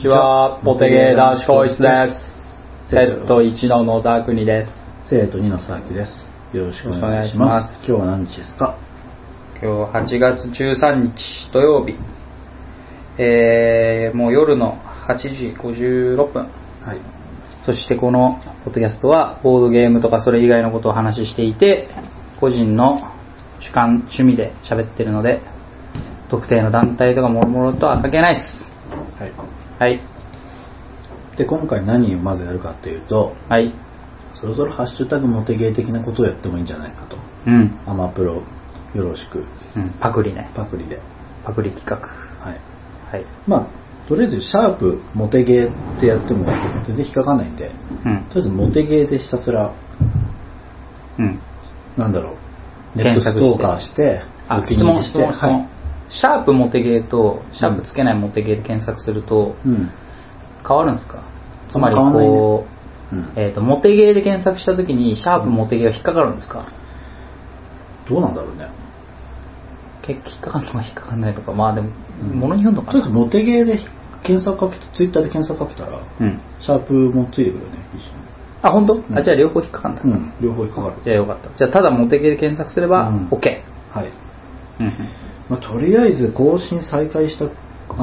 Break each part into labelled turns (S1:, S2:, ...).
S1: ちは、ポテゲー男子高一です。セット1の野沢国です。
S2: 生徒2の佐々木です。よろしくお願いし
S1: お願いしま
S2: ますす。今日は何日ですか
S1: 今日8月13日土曜日、えー、もう夜の8時56分。
S2: はい。
S1: そしてこのポッドキャストは、ボードゲームとかそれ以外のことを話していて、個人の主観、趣味で喋ってるので、特定の団体とか諸々とは関係ないです。
S2: はい。
S1: はい。
S2: で、今回何をまずやるかっていうと、
S1: はい。
S2: そろそろハッシュタグモテゲー的なことをやってもいいんじゃないかと。
S1: うん。
S2: アマプロ、よろしく、
S1: うん、パクリね。
S2: パクリで。
S1: パクリ企画。
S2: はい。
S1: はい。
S2: まあ、とりあえず、シャープ、モテゲーってやっても全然引っかかんないんで、
S1: うん
S2: と。りあえずモテゲーでひたすら、
S1: うん。
S2: なんだろう、ネットストーカーして、
S1: あ、
S2: お気
S1: 質
S2: に入
S1: 問、
S2: り
S1: 質問、質
S2: は
S1: 問
S2: い。。
S1: シャープモテゲーと、シャープつけないモテゲーで検索すると、
S2: うん。
S1: 変わるんですかつ
S2: そん
S1: ま
S2: な
S1: り、
S2: 変わんないね
S1: こ
S2: う
S1: う、
S2: ん。
S1: えっと、モテゲーで検索したときに、シャープモテゲーは引っかかるんですか
S2: どうなんだろうね。
S1: 結構引っかかるのか引っかかんないとか、まあでも、ものによるのか
S2: とりあえず
S1: な。
S2: モテゲーで検索かけて、ツイッターで検索かけたら、
S1: うん。
S2: シャープもついてくるよね、一
S1: あ、本当？
S2: ん
S1: あ、じゃあ両方引っかかんだ
S2: 緒。に。うん、両方引っかかる。
S1: じゃあよかった。じゃあただモテゲーで検索すれば
S2: うん、
S1: OK。
S2: はい。
S1: うん。
S2: まあ、とりあえず更新再開した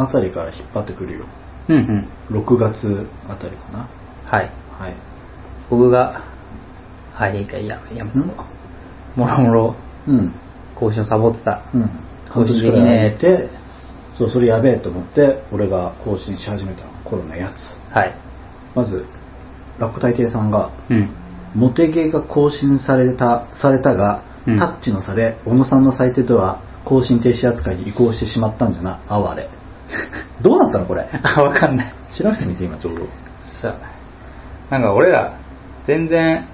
S2: あたりから引っ張ってくるよ。
S1: うんうん。
S2: 6月あたりかな。
S1: はい。
S2: はい。
S1: 僕が、はい、いいか、いや、やめとこう。もろもろ、
S2: うん。
S1: 更新をサボってた。
S2: うん。
S1: 更
S2: 半
S1: 新
S2: 年
S1: でき
S2: くらい
S1: ねえ
S2: 空いて、そう、それやべえと思って、俺が更新し始めた頃のやつ。
S1: はい。
S2: まず、ラッコ大帝さんが、
S1: うん。
S2: モテゲーが更新された、されたが、
S1: うん
S2: タッチのされ、小野さんの最低では更新停止扱いに移行してしまったんじゃな、哀れ。どうなったのこれ。
S1: あ、 わかんない。
S2: 調べてみて、今ちょうど。
S1: さあ、なんか俺ら、全然、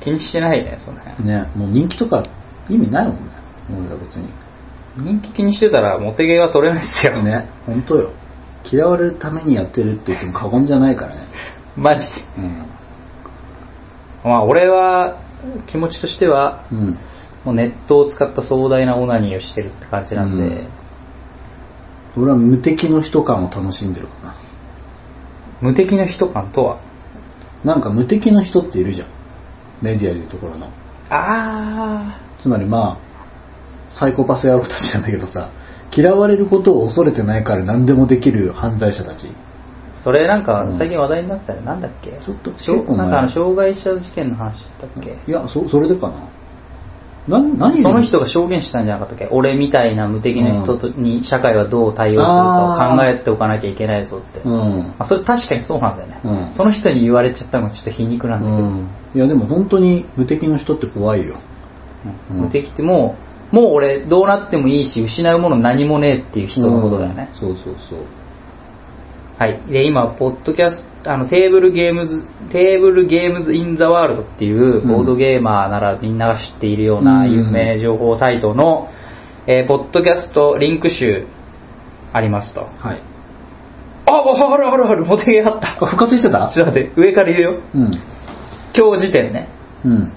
S1: 気にしてないね、その辺。
S2: ね、もう人気とか意味ないもんね。俺ら別に。
S1: 人気気にしてたら、モテゲーは取れないですよ。
S2: ね、ほんとよ。嫌われるためにやってるって言っても過言じゃないからね。
S1: マジで。
S2: うん。
S1: まあ俺は、気持ちとしては、
S2: うん。
S1: もうネットを使った壮大なオナニーをしてるって感じなんで、
S2: うん俺は無敵の人感を楽しんでるか
S1: 無敵の人感とは、
S2: な。なんか無敵の人っているじゃん。メディアでいうところの。
S1: あ
S2: つまりまあ、サイコパス野郎たちなんだけどさ、嫌われることを恐れてないから何でもできる犯罪者たち。
S1: ー、それなんか
S2: うん
S1: 最近話題になったね、なんだっけ
S2: ちょっと
S1: しょ
S2: 結構
S1: な
S2: 前
S1: んかあの、障害者事件の話だったっけ、
S2: いや、そ、それでかな。な、何
S1: その人が証言したんじゃなかったっけ俺みたいな無敵な人とに社会はどう対応するかを考えておかなきゃいけないぞって。
S2: う
S1: ま
S2: ん。
S1: あ、それ確かにそうなんだよね、
S2: うん
S1: その人に言われちゃったのがちょっと皮肉なんだけど、
S2: うん。いや、でも本当に無敵の人って怖いよ。
S1: うん
S2: うん
S1: 無敵ってもう、もう俺どうなってもいいし、失うもの何もねえっていう人のことだよね
S2: うん。そうそうそう。
S1: はい。で、今、ポッドキャスト、あの、テーブルゲームズ、テーブルゲームズインザワールドっていう、
S2: うん
S1: ボードゲーマーならみんなが知っているような
S2: うん
S1: 有名情報サイトの、えーポッドキャストリンク集ありますと。
S2: はい。
S1: あ、あるあるある、モテゲーあった。
S2: あ、復活してた
S1: ちょっと待って、上から言うよ。
S2: うん。
S1: 今日時点ね。
S2: うん。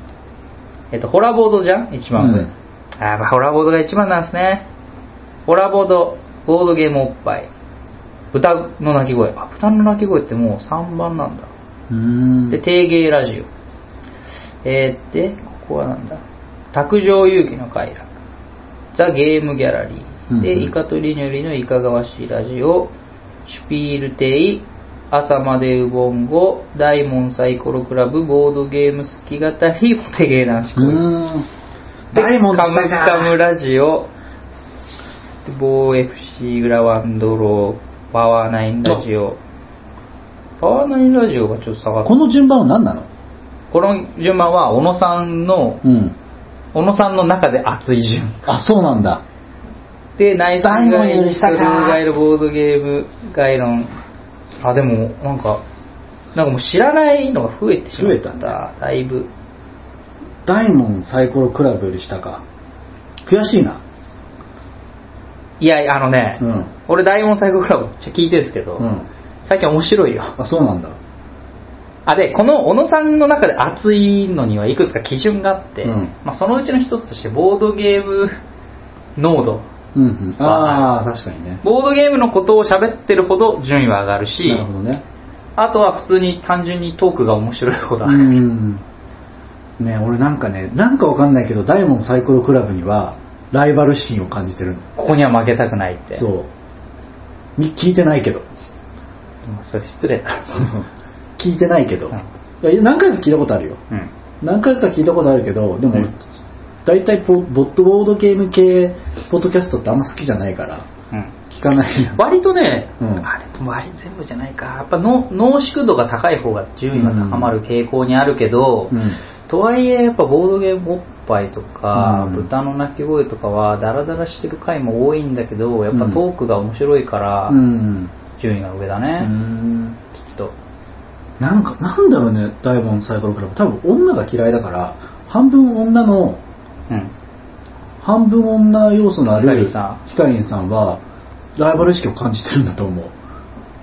S1: えっと、ホラボードじゃん一番上。
S2: うん
S1: あーまあホラボードが一番なんですね。ホラボード、ボードゲームおっぱい。豚の鳴き声。あ、豚の鳴き声ってもう3番なんだ。
S2: うーん。
S1: で、定芸ラジオ。えー、で、ここはなんだ。卓上遊戯の快楽。ザ・ゲームギャラリ
S2: うん
S1: ー。
S2: うん
S1: で、イカとリニュリのいかがわしいラジオ。シュピールテイ。朝までウボンゴ。大門サイコロクラブ。ボードゲーム好き語り。モテゲー男子
S2: う
S1: コイズ。
S2: ーん。大門
S1: カ
S2: の下
S1: ム
S2: か
S1: カムラジオ。で、ボー FC 裏ワンドロー。パワーナインラジオ。パワーナインラジオがちょっと下がった
S2: この順番は何なの
S1: この順番は小野さんの
S2: うん。
S1: 小野さんの中で熱い順
S2: あ、そうなんだ。
S1: でナイスガイ
S2: ダイモンより下か
S1: ガイドボードゲーム概論あでもなんかなんかもう知らないのが増えてしまった
S2: 増え
S1: だいぶ
S2: 大門サイコロクラブより下か。悔しいな。
S1: いやあのね、
S2: うん。
S1: 俺大門サイコクラブめっちゃ聞いてるんですけど、
S2: うん。
S1: 最近面白いよ
S2: あ、そうなんだ。
S1: あでこの小野さんの中で熱いのにはいくつか基準があって、
S2: うん
S1: まあ、そのうちの一つとしてボードゲーム濃度
S2: うんうん。ああ、確かにね。
S1: ボードゲームのことを喋ってるほど順位は上がるし、
S2: なるほどね。
S1: あとは普通に単純にトークが面白い方だ。
S2: うん。ね、俺なんかね、なんかわかんないけど、ダイモンサイコロクラブには、ライバル心を感じてるの。
S1: ここには負けたくないって。
S2: そう。み聞いてないけど。
S1: うんそれ失礼だ。
S2: 聞いてないけど。
S1: う
S2: いや何回か聞いたことあるよ。
S1: うん。
S2: 何回か聞いたことあるけど、でも
S1: う
S2: 俺
S1: ん、
S2: 大体ポ、ボットボードゲーム系、ポッドキャストってあんま好きじゃないから、
S1: うん。
S2: 聞かないな。
S1: 割とね、
S2: うん
S1: あ、でも割全部じゃないか。やっぱの濃縮度が高い方が順位が高まる傾向にあるけど、
S2: うん。
S1: とはいえ、やっぱボードゲームおっぱいとか、
S2: うん
S1: 豚の鳴き声とかは、ダラダラしてる回も多いんだけど、やっぱトークが面白いから、
S2: うん。
S1: 順位が上だ
S2: う
S1: ね、
S2: ん
S1: きっと。
S2: なんか、なんだろうね、ダイモンサイコロクラブ。多分女が嫌いだから、半分女の、
S1: うん。
S2: 半分女要素のあ
S1: ヒカリ
S2: る
S1: ンさん
S2: ヒカリンさんは、ライバル意識を感じてるんだと思う。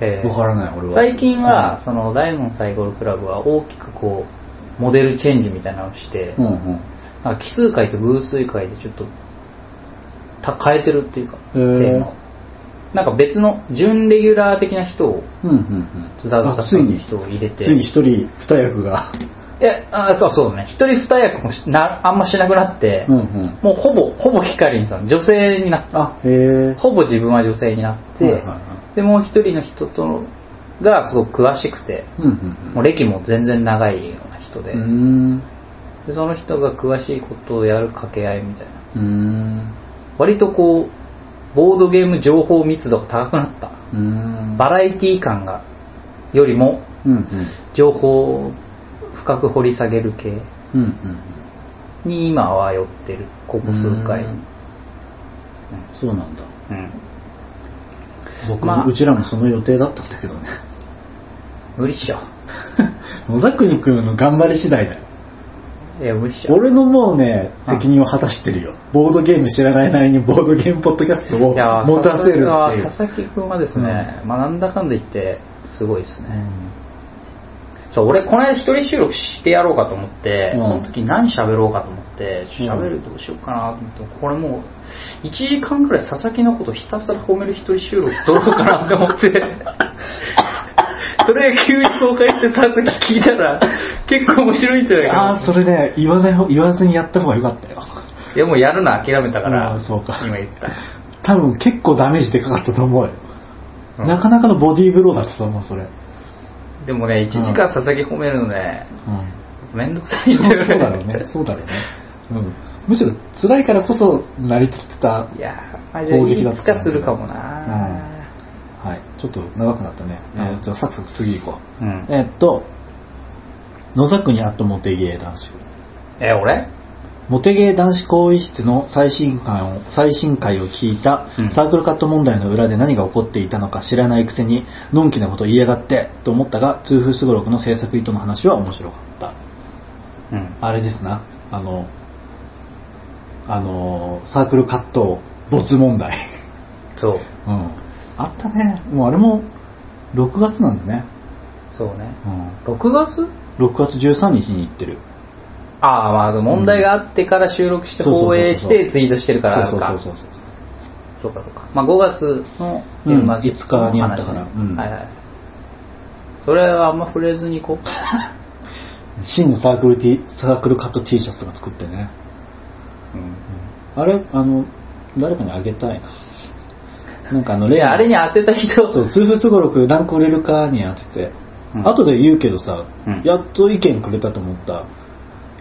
S1: えー
S2: わからない、俺は。
S1: 最近は、その、ダイモンサイコロクラブは大きくこう、モデルチェンジみたいなのをして、
S2: うん、うんうん。
S1: なんか奇数回と偶数回でちょっと、た変えてるっていうか、
S2: へー
S1: テーマをなんか別の、準レギュラー的な人を、
S2: うん、うん、うん。
S1: 津田
S2: あ
S1: さ
S2: つい
S1: んの
S2: に、
S1: 人を入れて、
S2: ついに一人二役が。
S1: いや、あそうそうね。一人二役もしな、あんましなくなって、
S2: うん、うん。
S1: もうほぼ、ほぼヒカリンさん、女性になっ
S2: あ、へえ
S1: て、。ほぼ自分は女性になって、
S2: はいはいは
S1: で、もう一人の人と、がすごく詳しくて、
S2: い。うん、うん
S1: もう歴も全然長いような人で、
S2: うん。う
S1: でその人が詳しいことをやる掛け合いみたいな。
S2: ーん。うーん。
S1: 割とこう、ボードゲーム情報密度が高くなった。
S2: うーん。
S1: バラエティ感が、よりも
S2: うん、うん。
S1: 情報を深く掘り下げる系
S2: うん、うん。
S1: に今は寄ってる、ここ数回。
S2: うんそうなんだ。
S1: うん
S2: 僕、
S1: まあ
S2: うちらもその予定だったんだけどね。
S1: 無理っしょ。
S2: 野田国君の頑張り次第だよ。
S1: いや、無理っしょ。
S2: 俺のもうね、
S1: うん
S2: 責任を果たしてるよ。ボードゲーム知らないなりにボードゲームポッドキャストを
S1: いや
S2: 持たせるっていう。
S1: 佐々木君はですね、まあなんだかんだ言って、すごいですね。そう、俺、この間一人収録してやろうかと思って、
S2: うん
S1: その時何喋ろうかと思って、ちょっと喋
S2: う
S1: るどうしようかなと思って、これもう、1時間くらい佐々木のことひたすら褒める一人収録撮ろうかなと思 って、それが急に公開して佐々木聞いたら、結構面白いんじゃないか
S2: あ
S1: な
S2: あ、それね、言わない方、言わずにやった方がよかったよ。
S1: いや、もうやるの諦めたから、
S2: うんそうか
S1: 今言った。
S2: 多分結構ダメージでかかったと思うよ。
S1: うん
S2: なかなかのボディーブローだったと思う、それ。う
S1: でもね、1時間佐々木褒めるのね、
S2: ん。
S1: めんどくさ いん
S2: そう
S1: だよね。
S2: だろうね。そうだろうね。うん。むしろ辛いからこそ成り立ってた。
S1: いやー、まあ、じゃあ、いつかするかも
S2: うん
S1: な
S2: はい。ちょっと長くなったね。えーじゃあサクサク次行こう。
S1: うん。
S2: えーっと、野田国アットモテゲー男子。
S1: え、俺
S2: モテゲー男子更衣室の最新刊を、最新回を聞いた
S1: うん
S2: サークルカット問題の裏で何が起こっていたのか知らないくせに、のんきなこと言いやがってと思ったが、通風すごろくの制作意図の話は面白かった。
S1: うん。
S2: あれですな、あの、あの、サークルカット没問題。
S1: そう。
S2: うん。あったね。もうあれも、6月なんだね。
S1: そうね。
S2: うん。
S1: 6月
S2: 6月13日に行ってる。
S1: ああ、まあ、問題があってから収録して
S2: うん
S1: 放映し
S2: そうそうそうそ
S1: て
S2: う
S1: ツイートしてるからある
S2: そうそ
S1: か。
S2: うそうそう。
S1: そうか、そうか。まあ、5月の
S2: うん
S1: まあ
S2: 5日にあったから
S1: 話
S2: うん
S1: はいはい。それはあんま触れずに行こう。
S2: 真のサークル T、サークルカット T シャツが作ってね。あれ、あの、誰かにあげたいな。なんかあの、
S1: いや、あれ
S2: に。
S1: に当てた人、
S2: そう、通風すごろく何個売れるかに当てて、
S1: うん
S2: 後で言うけどさ、
S1: うん
S2: やっと意見くれたと思った、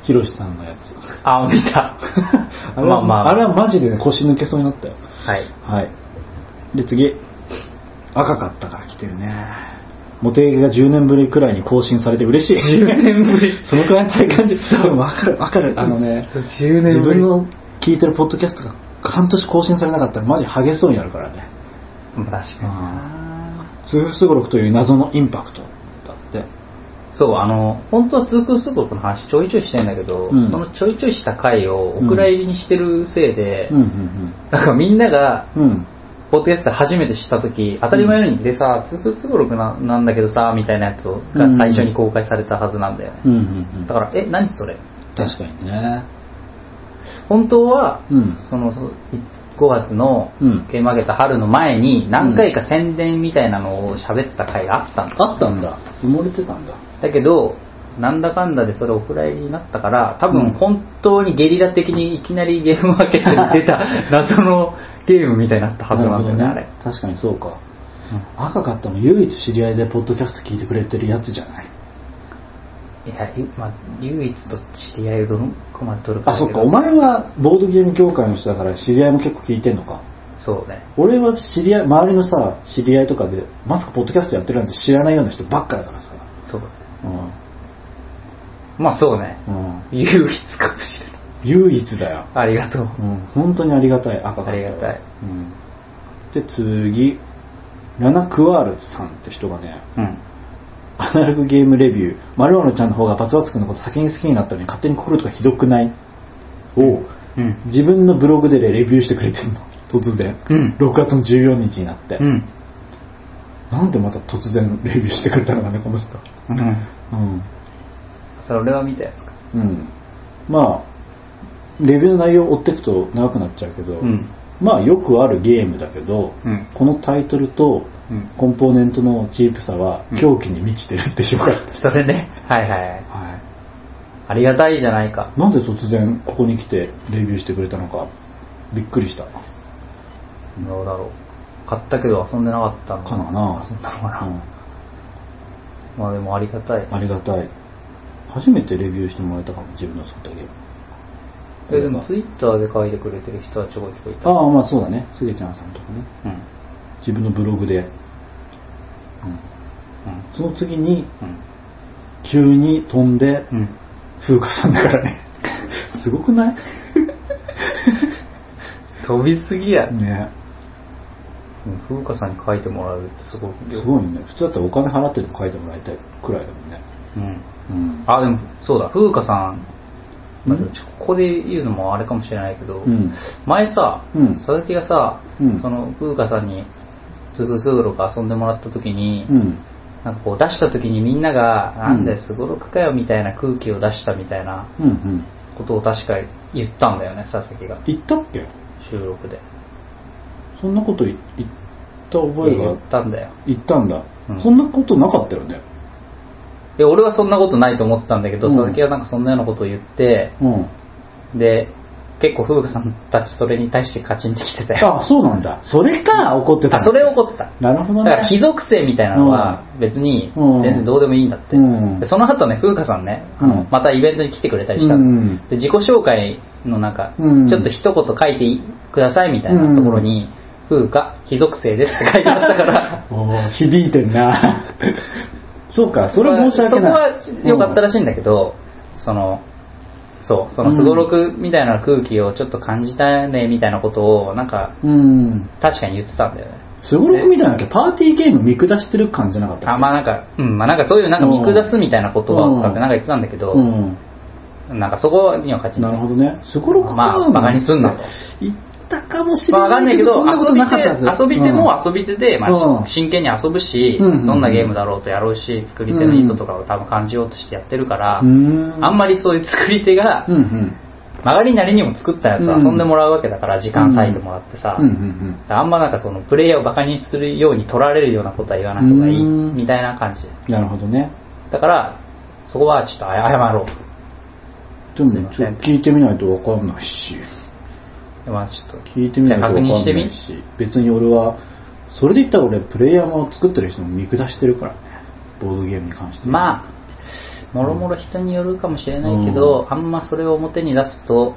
S2: ひろしさんのやつ。
S1: あ、見た。
S2: あれ
S1: ま
S2: は、
S1: あまあ
S2: あれはマジでね腰抜けそうになったよ。
S1: はい。
S2: はい。で、次。赤かったから来てるね。モテゲが10年ぶりくらいに更新されて嬉しい。
S1: 10年ぶり。
S2: そのくらいの体感じ。うんわかる、わかる。あのね、
S1: 10
S2: 自
S1: 年ぶ
S2: 分
S1: り。
S2: の聞いてるポッドキャストが半年更新されなかったらマジハゲそうになるからね。
S1: 確かにな
S2: 通風すごろくという謎のインパクトだって。
S1: そう、あの、本当は通空通国の話ちょいちょいしてんだけど、
S2: うん
S1: そのちょいちょいした回をお蔵入りにしてるせいで、
S2: うんうん
S1: なんかみんなが、
S2: うん。うん。
S1: ポッドキャスト初めて知った時、当たり前のように、でさ、通空通国ななんだけどさ、みたいなやつをが最初に公開されたはずなんだよね。
S2: うんうんうん
S1: だ。から、え、何それ
S2: 確かにね。
S1: 本当は、
S2: うん。
S1: その、そい5月の
S2: うん
S1: ゲームマーケット春の前に何回か宣伝みたいなのを喋った回があったんだ、
S2: あったんだ。埋もれてたんだ。
S1: だけどなんだかんだでそれお蔵入りになったから多
S2: うん
S1: 分本当にゲリラ的にいきなりゲームマーケットに出 た謎のゲームみたいになったはずなんだよねあ
S2: な
S1: れ
S2: るほどね確かにそうか。赤かったの唯一知り合いでポッドキャスト聞いてくれてるやつじゃない。
S1: いや、ゆまあ、唯一と知り合いをどの困っとるか
S2: あ、
S1: だけ
S2: そっか。
S1: ど
S2: お前はボードゲーム協会の人だから知り合いも結構聞いてんのか。
S1: そうね
S2: 俺は知り合い、周りのさ、知り合いとかで、まさかポッドキャストやってるなんて知らないような人ばっかだからさ。
S1: そうね
S2: うん。
S1: まあそうね
S2: うん。
S1: 唯一かもしれない
S2: 唯一だよ。
S1: ありがとう
S2: うん。本当にありがたい、赤かった。
S1: ありがたい。
S2: うん。で、次、ラナ・クワールさんって人がね、
S1: うん
S2: アナログゲームレビュー、丸ルちゃんの方がバツバツ君のこと先に好きになったのに勝手に心とかひどくないを、
S1: うん
S2: 自分のブログでレビューしてくれてんの。突然。
S1: うん
S2: 6月の14日になって。
S1: うん
S2: なんでまた突然レビューしてくれたのかね、この人。
S1: うん
S2: うん。
S1: それは見たやつか
S2: うん。まあ、レビューの内容を追っていくと長くなっちゃうけど、
S1: うん
S2: まあよくあるゲームだけど、
S1: うん
S2: このタイトルと
S1: うん
S2: コンポーネントのチープさは
S1: うん
S2: 狂気に満ちてるってよかった。
S1: それねはいはいはい
S2: はい。
S1: ありがたいじゃないか
S2: なんで突然ここに来てレビューしてくれたのか、びっくりした。
S1: どうだろう買ったけど遊んでなかったの
S2: かなな
S1: 遊んだのかな、まあでもありがたい
S2: うんありがたい。初めてレビューしてもらえたかも、自分の作ったゲーム。
S1: えでもツイッターで書いてくれてる人はちょこちょこいた
S2: ああ、まあそうだね。すげちゃんさんとかね。
S1: うんうん
S2: 自分のブログで。うん、その次に、
S1: うん
S2: 急に飛んで、
S1: うん
S2: 風花さんだからね。 すごくない
S1: 飛びすぎや
S2: ね
S1: うん風花さんに書いてもらうってすごいよ
S2: すごいね。普通だったらお金払ってでも書いてもらいたいくらいだもんね。
S1: うん
S2: うん。
S1: あでもそうだ風花さんまあ
S2: ん
S1: でもちょここで言うのもあれかもしれないけど、
S2: うん。
S1: 前さ、
S2: うん
S1: 佐々木がさ、
S2: うん
S1: その風花さんにすぐすぐろく遊んでもらった時に、
S2: うん。
S1: なんかこう出した時にみんなが「
S2: う
S1: なんんだよすごろくかよ」みたいな空気を出したみたいな
S2: うんうん。
S1: ことを確か言ったんだよね佐々木が
S2: 言ったっけ
S1: 収録で
S2: そんなこと言った覚え
S1: 言っ
S2: が
S1: たんだよ
S2: 言ったんだ、
S1: うん
S2: そんなことなかったよね。
S1: で俺はそんなことないと思ってたんだけど、
S2: うん
S1: 佐々木がなんかそんなようなことを言って
S2: うん。
S1: で結構風花さんたちそれに対してカチンってきてたよ
S2: あ、そうなんだ。それか、怒ってた
S1: あ
S2: の
S1: それ怒ってた
S2: なるほど
S1: だ
S2: ね。
S1: から非属性みたいなのは別に
S2: うん
S1: 全然どうでもいいんだって、
S2: うん
S1: でその後ね風花さんね、
S2: うん
S1: またイベントに来てくれたりしたの、
S2: うん
S1: で自己紹介のなんか、
S2: うん
S1: ちょっと一言書いてくださいみたいなところに、風花非属性ですって書いてあったから
S2: おー響いてんな。 そうか、 それは申し訳ない。
S1: そこは良かったら
S2: しい。
S1: しいんだけど、そのそうそのすごろくみたいな空気をちょっと感じたねみたいなことをなんか
S2: うん。
S1: 確かに言ってたんだよね
S2: すごろくみたいなのってパーティーゲーム見下してる感じなかったっけ
S1: あまあなんか、うん、まあなんかそういうなんか見下すみたいな言葉を使っ
S2: うん
S1: てなんか言ってたんだけど、
S2: うん。
S1: なんかそこには勝ち
S2: なるほどね。すごろくか
S1: まあ馬鹿にすんなと
S2: 言ったかもしれ
S1: まあわかんな
S2: ない
S1: い
S2: け
S1: け
S2: ど、
S1: ど、
S2: そんなこと
S1: 遊び
S2: なかったはず
S1: 手、遊び手も
S2: う
S1: 遊
S2: ん
S1: び手で、まあ
S2: うん
S1: し真剣に遊ぶし、
S2: うん
S1: どんなゲームだろうとやろうし、作り手の意図とかを多分感じようとしてやってるから、
S2: うん
S1: あんまりそういう作り手が
S2: う、んうん。
S1: 曲がりなりにも作ったやつを遊んでもらうわけだから、時間割いてもらってさ、
S2: うんうんうん。
S1: あんまなんかそのプレイヤーをバカにするように取られるようなことは言わない方がいい、
S2: うん
S1: みたいな感じです。
S2: なるほどね。
S1: だから、そこはちょっと謝ろうと。
S2: でも
S1: すいませ
S2: ちょ
S1: ん
S2: っと聞いてみないとわかんないし、
S1: でまあちょっと
S2: 聞いてみないとわかん
S1: じゃあ確認して
S2: な
S1: み
S2: いし、別に俺は、それで言ったら俺、プレイヤーも作ってる人も見下してるからね、ボードゲームに関して。
S1: まあ、もろもろ人によるかもしれないけど、あんまそれを表に出すと、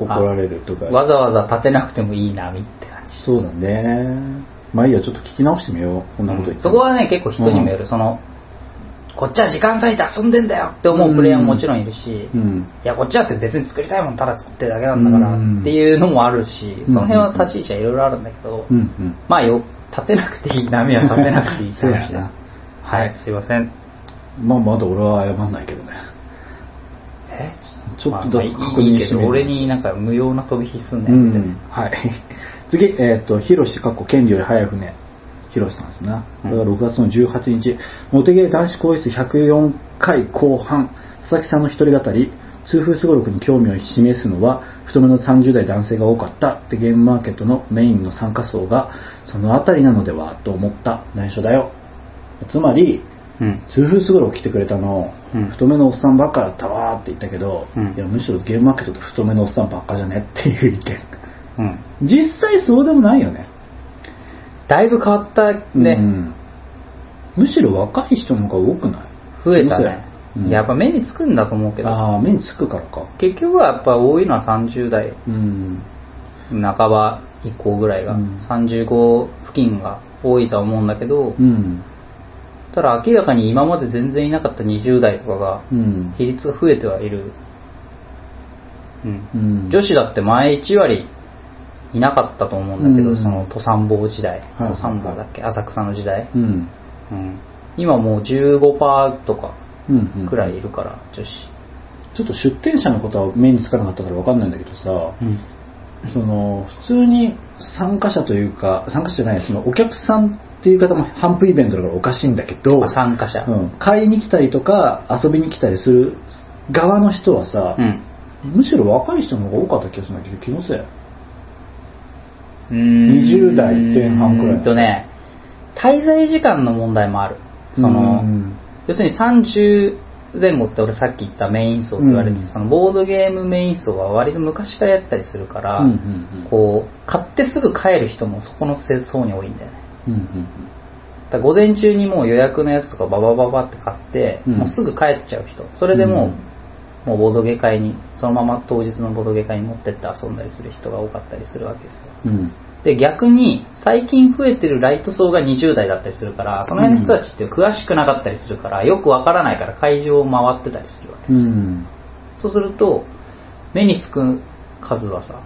S2: 怒られるとか。
S1: わざわざ立てなくてもいい波って感じ。
S2: そうだね。まあいいや、ちょっと聞き直してみよう。こんなこと言って。
S1: そこはね、結構人にもよる。その、こっちは時間割いて遊んでんだよって思うプレイヤーももちろんいるし、
S2: う
S1: い
S2: ん。
S1: や、こっちだって別に作りたいもんただ作ってるだけなんだから
S2: うん
S1: っていうのもあるし、その辺
S2: う
S1: は
S2: ん
S1: 立ち位置はいろいろあるんだけど
S2: う、んうん。
S1: まあよ、立てなくていい波は立てなくていいって話
S2: そうやな
S1: だ。はい、すいません。
S2: まあまだ俺は謝んないけどね。
S1: え
S2: ちょっと
S1: まあ
S2: だ確認
S1: いいけ
S2: して
S1: ど
S2: みる
S1: 俺になんか無用な飛び火すんね
S2: うん
S1: って、
S2: ん。はい。 次、えっ、と、ヒロシ、かっこ、権利より早い船。ヒロシさんですな。これが6月の18日、モテゲー男子更衣室104回後半、佐々木さんの一人語り、痛風すごろくに興味を示すのは太めの30代男性が多かったってゲームマーケットのメインの参加層がそのあたりなのではと思った内緒だよつまり
S1: うん。
S2: 痛風すごろく来てくれたの、
S1: うん
S2: 太めのおっさんばっかだったわーって言ったけど、
S1: うん
S2: いやむしろゲームマーケットって太めのおっさんばっかじゃねっていう意見
S1: うん。
S2: 実際そうでもないよね
S1: だいぶ変わったね。
S2: うんむしろ若い人の方が多くない
S1: 増えたね。
S2: うん
S1: やっぱ目につくんだと思うけど、
S2: ああ目につくからか
S1: 結局はやっぱ多いのは30代
S2: うん
S1: 半ば以降ぐらいが、
S2: うん
S1: 35付近が多いとは思うんだけど、
S2: うん
S1: ただ明らかに今まで全然いなかった20代とかが、
S2: うん
S1: 比率が増えてはいる。うん。
S2: うん
S1: 女子だって前1割いなかったと思うんだけど、
S2: うん
S1: その、登山坊時代、
S2: い
S1: 登山坊だっけ、浅草の時代。
S2: うん
S1: うん。今もう15%とか
S2: うんうん
S1: くらいいるから、女子。
S2: ちょっと出店者のことは目につかなかったから分かんないんだけどさ
S1: うん。
S2: その普通に参加者というか参加者じゃないそのお客さんっていう方も反復イベントだからおかしいんだけど、
S1: まあ参加者。
S2: うん、買いに来たりとか遊びに来たりする側の人はさ、
S1: うん。
S2: むしろ若い人の方が多かった気がするんだけど気のせいう
S1: ーん
S2: 20代前半くらい
S1: うんとね、滞在時間の問題もある。その、
S2: うん
S1: 要するに30前後って俺さっき言ったメイン層って言われてて、
S2: うん
S1: そのボードゲームメイン層は割と昔からやってたりするから、
S2: うんうん
S1: こう、買ってすぐ帰る人もそこの層に多いんだよね。
S2: うんうんうん
S1: だから午前中にもう予約のやつとかババババって買って、
S2: うん
S1: もうすぐ帰っちゃう人。それでもう、
S2: うん
S1: もうボードゲ会に、そのまま当日のボードゲ会に持ってって遊んだりする人が多かったりするわけですよ。
S2: うん
S1: で、逆に、最近増えてるライト層が20代だったりするから、その辺の人たちって詳しくなかったりするから、よくわからないから会場を回ってたりするわけ。
S2: うん
S1: そうすると、目につく数はさ、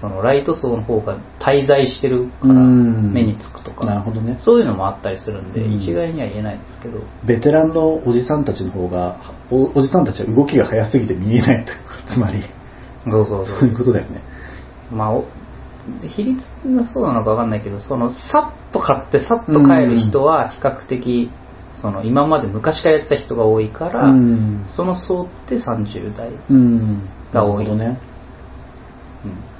S1: そのライト層の方が滞在してるから、
S2: うん
S1: 目につくと
S2: なる
S1: か、
S2: ほどね
S1: そういうのもあったりするんで、
S2: うん
S1: 一概には言えないんですけど、
S2: ベテランのおじさんたちの方がおおじさんたちは動きが早すぎて見えないと つまり
S1: そうそうそ
S2: そういう
S1: う。
S2: ことだよね
S1: まあ、お比率がそうなのかわかんないけど、その、さっと買ってさっと帰る人は、比較的、その、今まで昔からやってた人が多いから、
S2: ん
S1: その層って30代、
S2: うん
S1: が多い
S2: なるほどね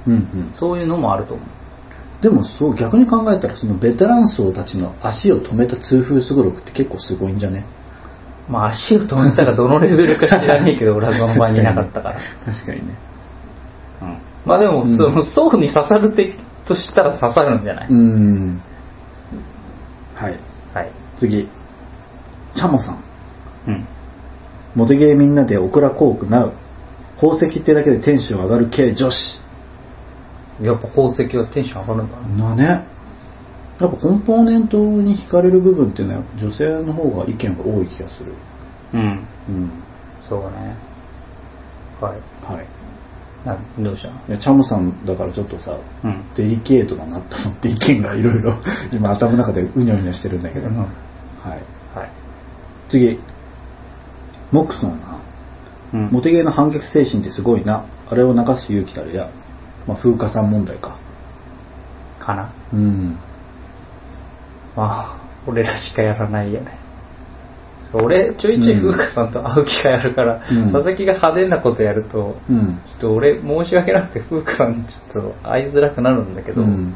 S1: うん
S2: うんうん
S1: そういうのもあると思う。
S2: でもそう逆に考えたらそのベテラン層たちの足を止めた痛風すごろくって結構すごいんじゃね
S1: まあ、足を止めたらどのレベルか知らねえけ ど、俺はその場にいなかったから。
S2: 確かにね
S1: うんまあでも、
S2: うん
S1: その層に刺さる的としたら刺さるんじゃない、
S2: うんはい
S1: はい。
S2: 次チャモさん
S1: うん。
S2: モテゲーみんなでオクラコークなう宝石ってだけでテンション上がる系女子
S1: やっぱ宝石はテンション上がるんだな。
S2: なねやっぱコンポーネントに惹かれる部分っていうのは女性の方が意見が多い気がする
S1: うん。
S2: うん
S1: そうね。はい。
S2: はい
S1: などうしたの
S2: いやチャモさんだからちょっとさ
S1: うん。
S2: デリケートだなと思って意見がいろい ろ今頭の中でうにゃうにゃしてるんだけど、
S1: うん
S2: はい
S1: はい。
S2: 次モクソンな
S1: うん
S2: モテゲーの反逆精神ってすごいなあれを流す勇気たるや、まあ、風化さん問題か
S1: かな
S2: うん
S1: まあ、俺らしかやらないよね。俺、ちょいちょい風花さんと会う機会あるから、
S2: うん
S1: 佐々木が派手なことやると、
S2: うん
S1: ちょっと俺、申し訳なくて、風花さんにちょっと会いづらくなるんだけど、
S2: うん、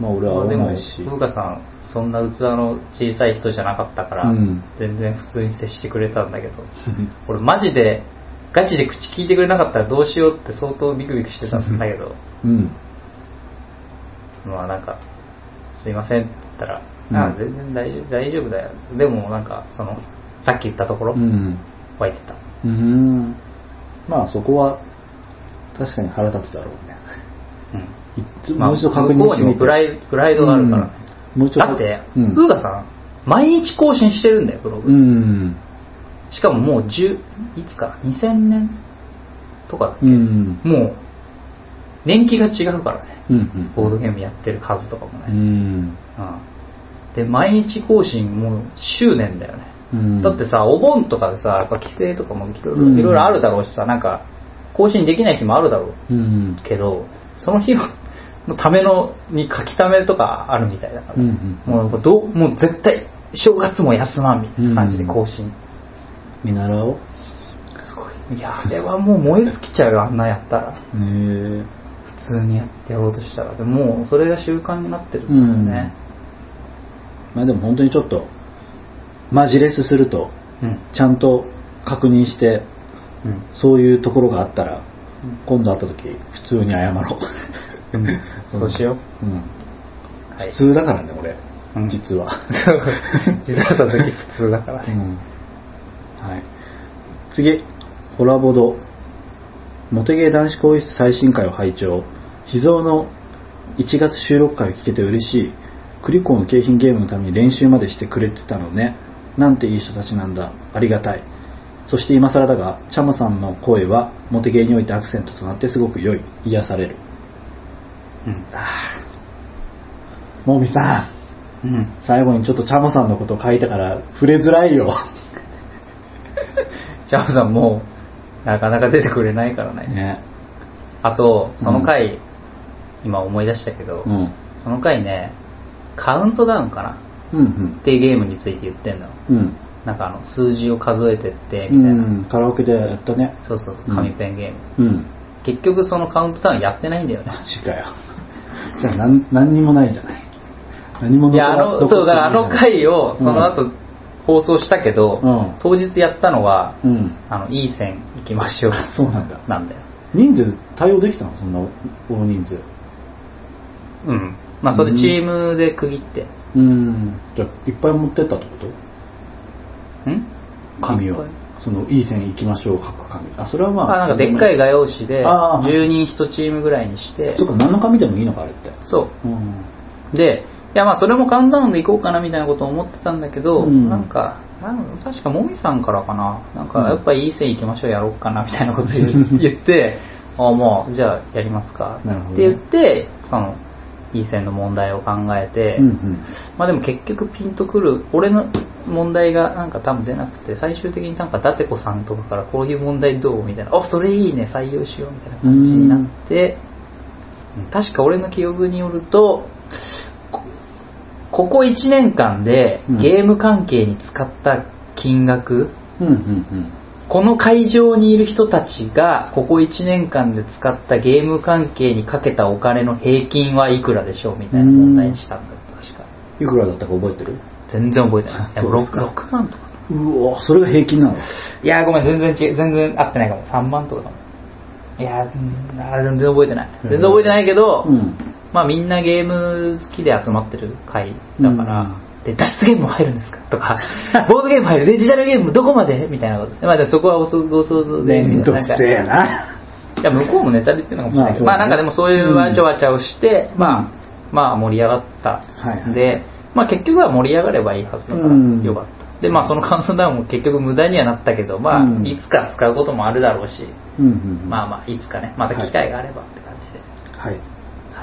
S2: まあ俺
S1: ま
S2: は
S1: あ
S2: 会
S1: で
S2: わ
S1: も、
S2: ないし、
S1: 風花さん、そんな器の小さい人じゃなかったから、
S2: うん
S1: 全然普通に接してくれたんだけど、俺マジで、ガチで口聞いてくれなかったらどうしようって相当ビクビクしてたんだけど、
S2: うん
S1: まあなんか、すいませんって言ったら、
S2: うん
S1: あ全然大丈夫大丈夫だよ。でもなんか、その、さっき言ったところ
S2: う、ん
S1: 湧いてた。
S2: うんまあそこは確かに腹立つだろうね
S1: うん。
S2: いつ
S1: まあ
S2: もう一度確認して
S1: 向こうに
S2: み
S1: も
S2: て
S1: プライプライドがあるからね。
S2: うんもう一度
S1: だって、
S2: うん
S1: 風、ーガさん、毎日更新してるんだよ、ブログ。
S2: うん
S1: しかももう10、いつか、2000年とかだっけ、
S2: うん
S1: もう、年季が違うからね。
S2: うん
S1: ボードゲームやってる数とかも
S2: う
S1: ね。
S2: ん
S1: うん。で、毎日更新もう執念だよね。
S2: うん
S1: だってさ、お盆とかでさ、やっぱ帰省とかもいろいろ
S2: うん
S1: いろいろあるだろうしさ、なんか、更新できない日もあるだろう
S2: うん
S1: けど、その 日ののためのに書き溜めとかあるみたいだから、
S2: うんうん
S1: もうどうもう絶対、正月も休まんみたいな感じで更新。
S2: 見習おうすごい。
S1: いや、あれはもう燃え尽きちゃうよ、あんなやったら。
S2: ね
S1: 普通にやってやろうとしたら。でも、もうそれが習慣になってるんだよね。
S2: まあでも本当にちょっと、マジレスすると、
S1: うん。
S2: ちゃんと確認して、
S1: うん。
S2: そういうところがあったら、
S1: うん
S2: 今度会った時、普通に謝ろ う。
S1: うんそうしよ
S2: う。うん。
S1: はい
S2: 普通だからね、俺。
S1: うん
S2: 実は。
S1: そう実はその時普通だから
S2: う
S1: ね。
S2: ん。はい。次、ホラボド。モテゲー男子更衣室最新回を拝聴。秘蔵の1月収録回を聞けて嬉しい。クリコーの景品ゲームのために練習までしてくれてたのね。なんていい人たちなんだ。ありがたい。そして今更だが、チャマさんの声はモテゲーにおいてアクセントとなってすごく良い。癒される。
S1: うん。
S2: モミさん。
S1: うん。
S2: 最後にちょっとチャマさんのこと書いたから触れづらいよ。
S1: ジャオさんもう、なかなか出てくれないからね。
S2: ね。
S1: あと、その回、今思い出したけど、
S2: うん。
S1: その回ね、カウントダウンかな
S2: うん
S1: っていうゲームについて言ってんの。
S2: うん。うん。
S1: なんかあの、数字を数えてって、
S2: う
S1: みたいな。
S2: ん、カラオケでやったね。
S1: そうそうそう
S2: うん
S1: 紙ペンゲーム。
S2: うん。
S1: 結局そのカウントダウンやってないんだよね。
S2: マジかよ。 じゃあ、なん、何にもないじゃない。何も
S1: いや、あの、
S2: 残っ
S1: そう、だからあの
S2: 残ってない
S1: 回を、その後、放送したけど、
S2: うん
S1: 当日やったのは、
S2: じゃないうん。
S1: あの、いい線行きましょう。
S2: そうなんだ
S1: なんだよ。
S2: 人数、対応できたのそんな、大人数。
S1: うん。まあ、それチームで区切って。
S2: うん。じゃあ、いっぱい持ってったってこと
S1: ん
S2: 紙
S1: いっ
S2: を
S1: ぱい。
S2: その、いい線行きましょう、書く紙。あ、それはま
S1: あ、
S2: あ。
S1: なんかでっかい画用紙で、
S2: あー
S1: 10人1チームぐらいにして
S2: そ、っか、何の紙でもいいのか、あれって。
S1: そ
S2: うん。
S1: う。で、いやまあそれもカウントダウンで行こうかなみたいなことを思ってたんだけど、
S2: うん
S1: なんか、なん確かもみさんからかな、なんかやっぱいい線行きましょうやろうかなみたいなこと言
S2: うん
S1: う 言って、あもうじゃあやりますか
S2: なるほど
S1: って言って、その、いい線の問題を考えて、
S2: うんうん。
S1: まあでも結局ピンとくる、俺の問題がなんか多分出なくて、最終的になんか伊達子さんとかからこういう問題どうみたいな、あ、それいいね、採用しようみたいな感じになって、うん確か俺の記憶によると、こここ1年間で
S2: うん
S1: ゲーム関係に使った金額、
S2: うんうん
S1: この会場にいる人たちがここ1年間で使ったゲーム関係にかけたお金の平均はいくらでしょうみたいな問題にしたんだよ、確か。
S2: うん。いくらだったか覚えてる
S1: 全然覚えてない。
S2: あそうですか
S1: 6, 万とか。
S2: うおそれが平均なの
S1: いやーごめん、全然違う、全然合ってないかも。3万とかかも。いやーうんあー全然覚えてない。全然覚えてないけど、
S2: うん。
S1: まあみんなゲーム好きで集まってる会だから、
S2: うん
S1: で、脱出ゲームも入るんですかと か、ボードゲーム入る、デジタルゲームどこまでみたいなこと。まあでもそこはご想ご想像で、
S2: 面倒く
S1: なん
S2: せ
S1: か
S2: えな。
S1: いや、向こうもネタで言ってるのかもしれないけど、まあ、
S2: まあそうだね
S1: なんかでもそういうわちゃわちゃをして、
S2: まあ、
S1: まあ盛り上がった。
S2: はいはい
S1: で、まあ結局は盛り上がればいいはずだから、
S2: うん
S1: よかった。で、まあそのカウントダウンも結局無駄にはなったけど、まあ、
S2: うん
S1: いつか使うこともあるだろうし、
S2: うんうんうん。
S1: まあまあいつかね、また機会があればって感じで。
S2: はい。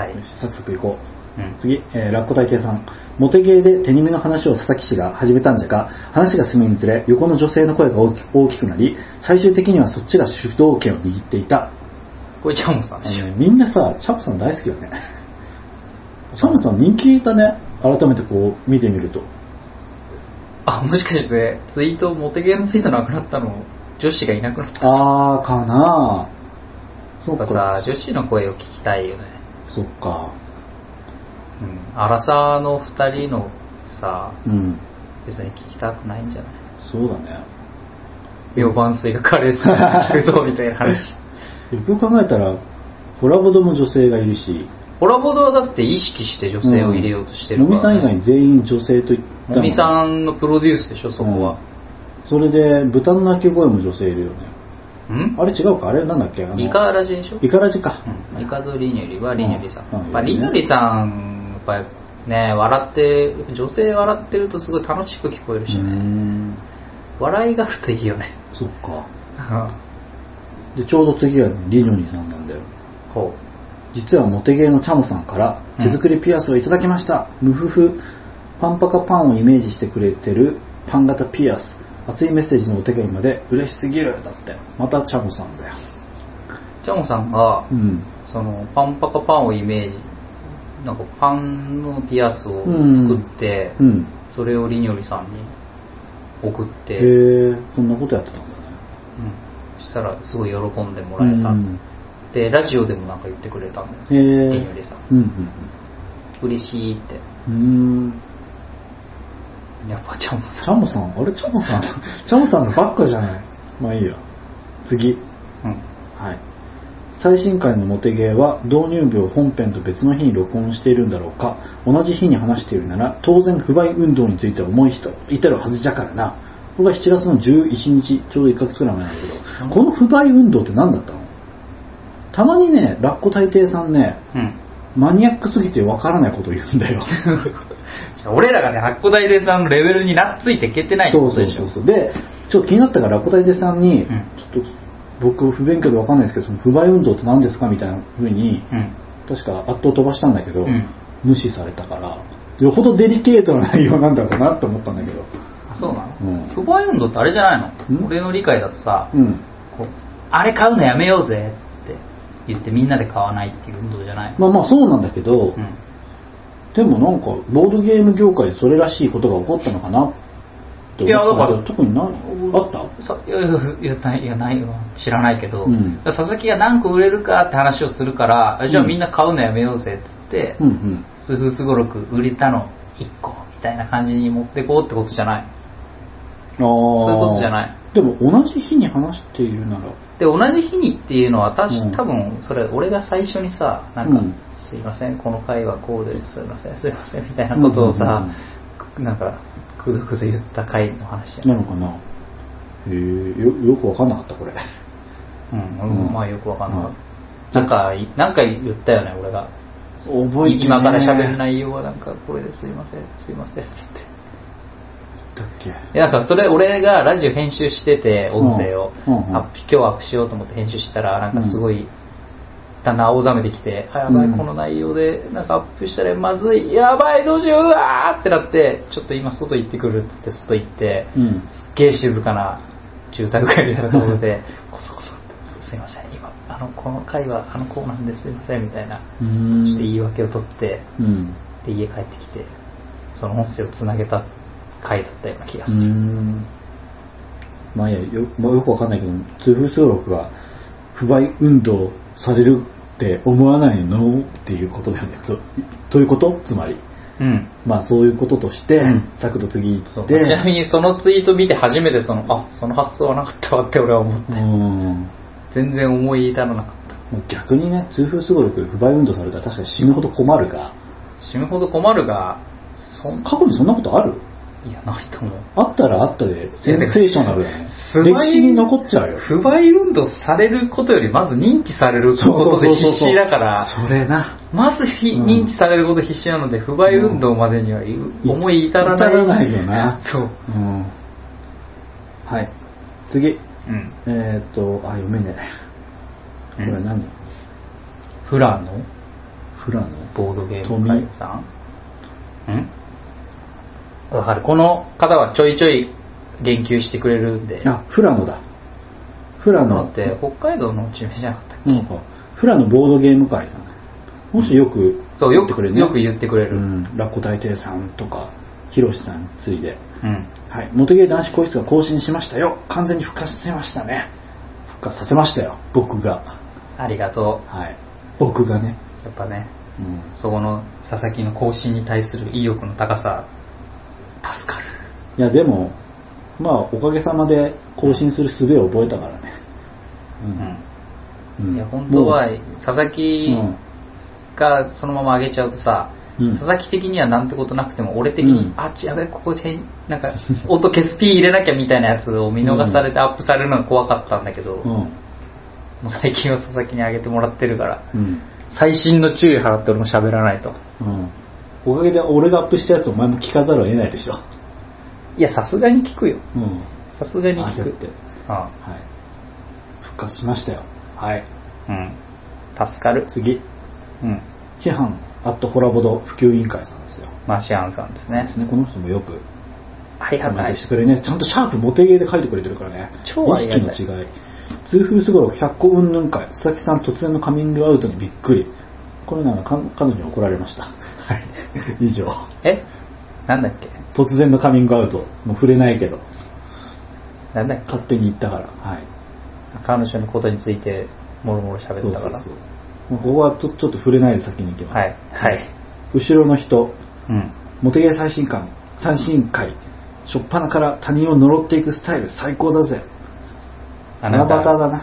S1: はい。
S2: よしサクサク行こう。
S1: うん。
S2: 次、えーラッコ大帝さん。モテゲーで手に目の話を佐々木氏が始めたんじゃが、話が進むにつれ、横の女性の声が大き大きくなり、最終的にはそっちが主導権を握っていた。
S1: これチャモさん
S2: あ
S1: でしょ
S2: の。ねみんなさ、チャムさん大好きだね。 チャムさん人気だね。改めてこう見てみると。
S1: あ、もしかして、ツイート、モテゲーのツイートなくなったの、女子がいなくなった。
S2: あー、かなぁ。そ
S1: や
S2: っ
S1: っぱさ
S2: か、。
S1: 女子の声を聞きたいよね。
S2: そっか。
S1: うん。アラサーの二人のさ、
S2: うん。
S1: 別に聞きたくないんじゃない
S2: そうだね。
S1: 4番水がカレーさんに聞くぞみたいな話
S2: よく考えたら、コラボドも女性がいるし、
S1: ホラボドはだって意識して女性を入れようとして
S2: の
S1: るか
S2: みさ
S1: ら、
S2: ん以外全員女性と言ったの
S1: もみさんのプロデュースでしょそこは、
S2: それで豚の鳴き声も女性いるよね
S1: うん
S2: あれ違うかあれなんだっけあの
S1: イカラジでしょ
S2: イカラジか、
S1: うんイカとリニュリはリニュリさん、
S2: うんうん
S1: まあ、リニュリさんやっぱりね笑って女性笑ってるとすごい楽しく聞こえるし
S2: うー
S1: ね、
S2: ん
S1: 笑いがあるといいよね
S2: そっかでちょうど次がリニョニさんなんだよ
S1: ほ
S2: 実はモテゲーのチャモさんから
S1: うん
S2: 手作りピアスをいただきました、ムフフパンパカパンをイメージしてくれてるパン型ピアス熱いメッセージのお手紙まで嬉しすぎるだってまたチャモさんだよ
S1: うチャモさんが
S2: うん
S1: そのパンパカパンをイメージなんかパンのピアスを作って、
S2: うん
S1: それをりにょりさんに送っ
S2: へ
S1: て、
S2: えそんなことやってたんだね
S1: うんしたらすごい喜んでも
S2: う
S1: らえ
S2: ん
S1: た、
S2: うん
S1: でラジオでもなんか言ってくれたん
S2: へ
S1: で
S2: え
S1: いいよりさ
S2: うん
S1: 嬉しいって
S2: うんうんうーん
S1: やっぱちゃんも
S2: チャ
S1: さ
S2: モさんあれチャモさんチャモさんのばっかじゃないまあいいや次
S1: うん
S2: はい最新回のモテゲーは導入部を本編と別の日に録音しているんだろうか同じ日に話しているなら当然不買運動について思い人いてるはずじゃからな僕は7月の11日ちょうど1ヶ月くらい前なんだけどこの不買運動って何だったのたまにねラッコ大帝さんね
S1: うん
S2: マニアックすぎてわからないことを言うんだよ
S1: 俺らがね、八甲大でさんのレベルになっついていけ てないって
S2: そ
S1: こ
S2: う
S1: と
S2: そう
S1: でし
S2: そ
S1: ょ
S2: うそうでちょっと気になったからラコ大帝さんに、
S1: うん
S2: ちょっと僕不勉強でわかんないですけどその不買運動って何ですかみたいな風に
S1: うん。
S2: 確か圧倒飛ばしたんだけど、
S1: うん
S2: 無視されたからよほどデリケートな内容なんだろうなと思ったんだけど
S1: あ、そうな
S2: う
S1: の
S2: ん
S1: 不買運動ってあれじゃない
S2: うん
S1: の俺の理解だとさ、
S2: うん
S1: こうあれ買うのやめようぜって言ってみんなで買わないっていう運動じゃない
S2: まあまあそうなんだけど、
S1: うん。
S2: でもなんかボードゲーム業界でそれらしいことが起こったのかなって思った
S1: いやだから
S2: 特になあった
S1: さいやいやいやないいやないわ知らないけど、
S2: うん
S1: 佐々木が何個売れるかって話をするから、あじゃあ
S2: うん
S1: みんな買うのやめようぜっつって、
S2: うんうん
S1: 数風すごろく売れたの1個みたいな感じに持ってこうってことじゃない
S2: あそ
S1: そういうことじゃない
S2: でも同じ日に話しているなら
S1: で同じ日にっていうのは私、
S2: うん
S1: 多分それ俺が最初にさなんか、
S2: うん
S1: すいませんこの回はこうですいませんすいませんみたいなことをさ、なんかくどくど言った回の話や
S2: なのかなへえよよくわかんなかったこれ
S1: うん、俺
S2: う
S1: も
S2: ん
S1: まあよくわかんなかっ
S2: う
S1: た、
S2: ん
S1: なんかなんか言ったよね俺が
S2: 覚えてねえ
S1: 今から喋る内容はなんかこれですいません すいませんっつって
S2: だっけ
S1: いやなんかそれ俺がラジオ編集してて音声を、
S2: うんうんうん
S1: アップ今日アップしようと思って編集したらなんかすごい、だんだん青ざめてきて、あやばい、
S2: うん
S1: この内容で、なんかアップしたらまずい、やばい、どうしよう、うわーってなって、ちょっと今外行ってくるっつって、外行って、
S2: うん
S1: すっげえ静かな住宅街みたいなところで、 こそこそって、すいません、今、あの、この回はあのこうなんですいません、みたいな、
S2: うー
S1: ちょっ
S2: ん
S1: と言い訳を取って、
S2: うん
S1: で、家帰ってきて、その音声をつなげた回だったような気が
S2: う
S1: す
S2: ー
S1: る。
S2: んまあいいやよ,、まあ、よくわかんないけど痛風収録が不買運動されるって思わないのっていうことだよねそうということつまり
S1: うん。
S2: まあそういうこととして、
S1: うん
S2: サクッと次行
S1: そう
S2: っ
S1: ち
S2: て
S1: なみにそのツイート見て初めてその、あ、その発想はなかったわって俺は思っ
S2: う
S1: た。
S2: ーん
S1: 全然思い至らなかっ
S2: もう逆にね痛風すごろく不買運動されたら確かに死ぬほど困るが
S1: た。死ぬほど困るが、そん、
S2: 過去にそんなことある
S1: いや、ないと思う。
S2: あったらあったでセンセーショナルだね
S1: 不買
S2: 歴史に残っちゃうよ
S1: 不買運動されることよりまず認知されることで必死だから、
S2: それな
S1: まずひ
S2: うん
S1: 認知されること必死なので、不買運動までにはいう思い至らない。
S2: 至らないよな
S1: そう。
S2: うんはい次
S1: うん。
S2: えーっとあ読めねえこ
S1: うん
S2: れ何
S1: フラの
S2: フラの
S1: ボードゲーム会さんんわかる。この方はちょいちょい言及してくれるんで。
S2: あフラノだフラ
S1: だ
S2: ノ
S1: って北海道の地名じゃなかったっ
S2: なんかフラノボードゲーム会さんもしよく
S1: けそう、よく
S2: 言ってくれるね
S1: よく言ってくれ
S2: う
S1: る。うん。
S2: んラッコ大帝さんとかヒロシさんついではいモテゲー男子更衣室が更新しましたよ完全に復活させましたね復活させましたよ僕が
S1: ありがと
S2: はい僕がね
S1: う。やっぱね、
S2: うん
S1: そこの佐々木の更新に対する意欲の高さ、助かる。
S2: いやでもまあおかげさまで更新する術を覚えたからね
S1: うん。いや、本当は
S2: もう、
S1: 佐々木
S2: うん
S1: がそのまま上げちゃうとさ、
S2: うん
S1: 佐々木的にはなんてことなくても、俺的に、
S2: うん
S1: あっちやべえ、ここで、なんか、音消す P 入れなきゃみたいなやつを見逃されてアップされるのが怖かったんだけど、も
S2: うん
S1: う最近は佐々木に上げてもらってるから、
S2: うん
S1: 最新の注意払って俺も喋らないと。
S2: うんおかげで俺がアップしたやつお前も聞かざるを得ないでしょ
S1: いや、さすがに聞くよ。
S2: うん
S1: さすがに聞く。
S2: 焦って
S1: あ
S2: はい復活しましたよはい
S1: あうん。助かる。
S2: 次
S1: うん。
S2: 規範アットホラボド普及委員会さんですよ
S1: マシアンさんです
S2: で
S1: ね。
S2: すねこの人もよく
S1: ありが
S2: コメ
S1: た
S2: ン
S1: い
S2: トし。てくれるねちゃんとシャープモテゲーで書いてくれてるからね
S1: 超
S2: 意
S1: ありが
S2: 識
S1: たい
S2: の違い痛風すごろく100個云々会佐々木さん突然のカミングアウトにびっくりこれならか彼女に怒られましたはい以上
S1: えなんだっけ
S2: 突然のカミングアウトもう触れないけど
S1: なんだっけ
S2: 勝手に言ったからはい
S1: 彼女のことについてもろもろ喋ったから
S2: そうそうそうここはちょちょっと触れないで先に行きます、
S1: はいはい
S2: 後ろの人
S1: うん
S2: モテゲー最新刊最新回初っ端から他人を呪っていくスタイル最高だぜ
S1: あ
S2: 七
S1: な
S2: 夕
S1: た
S2: だな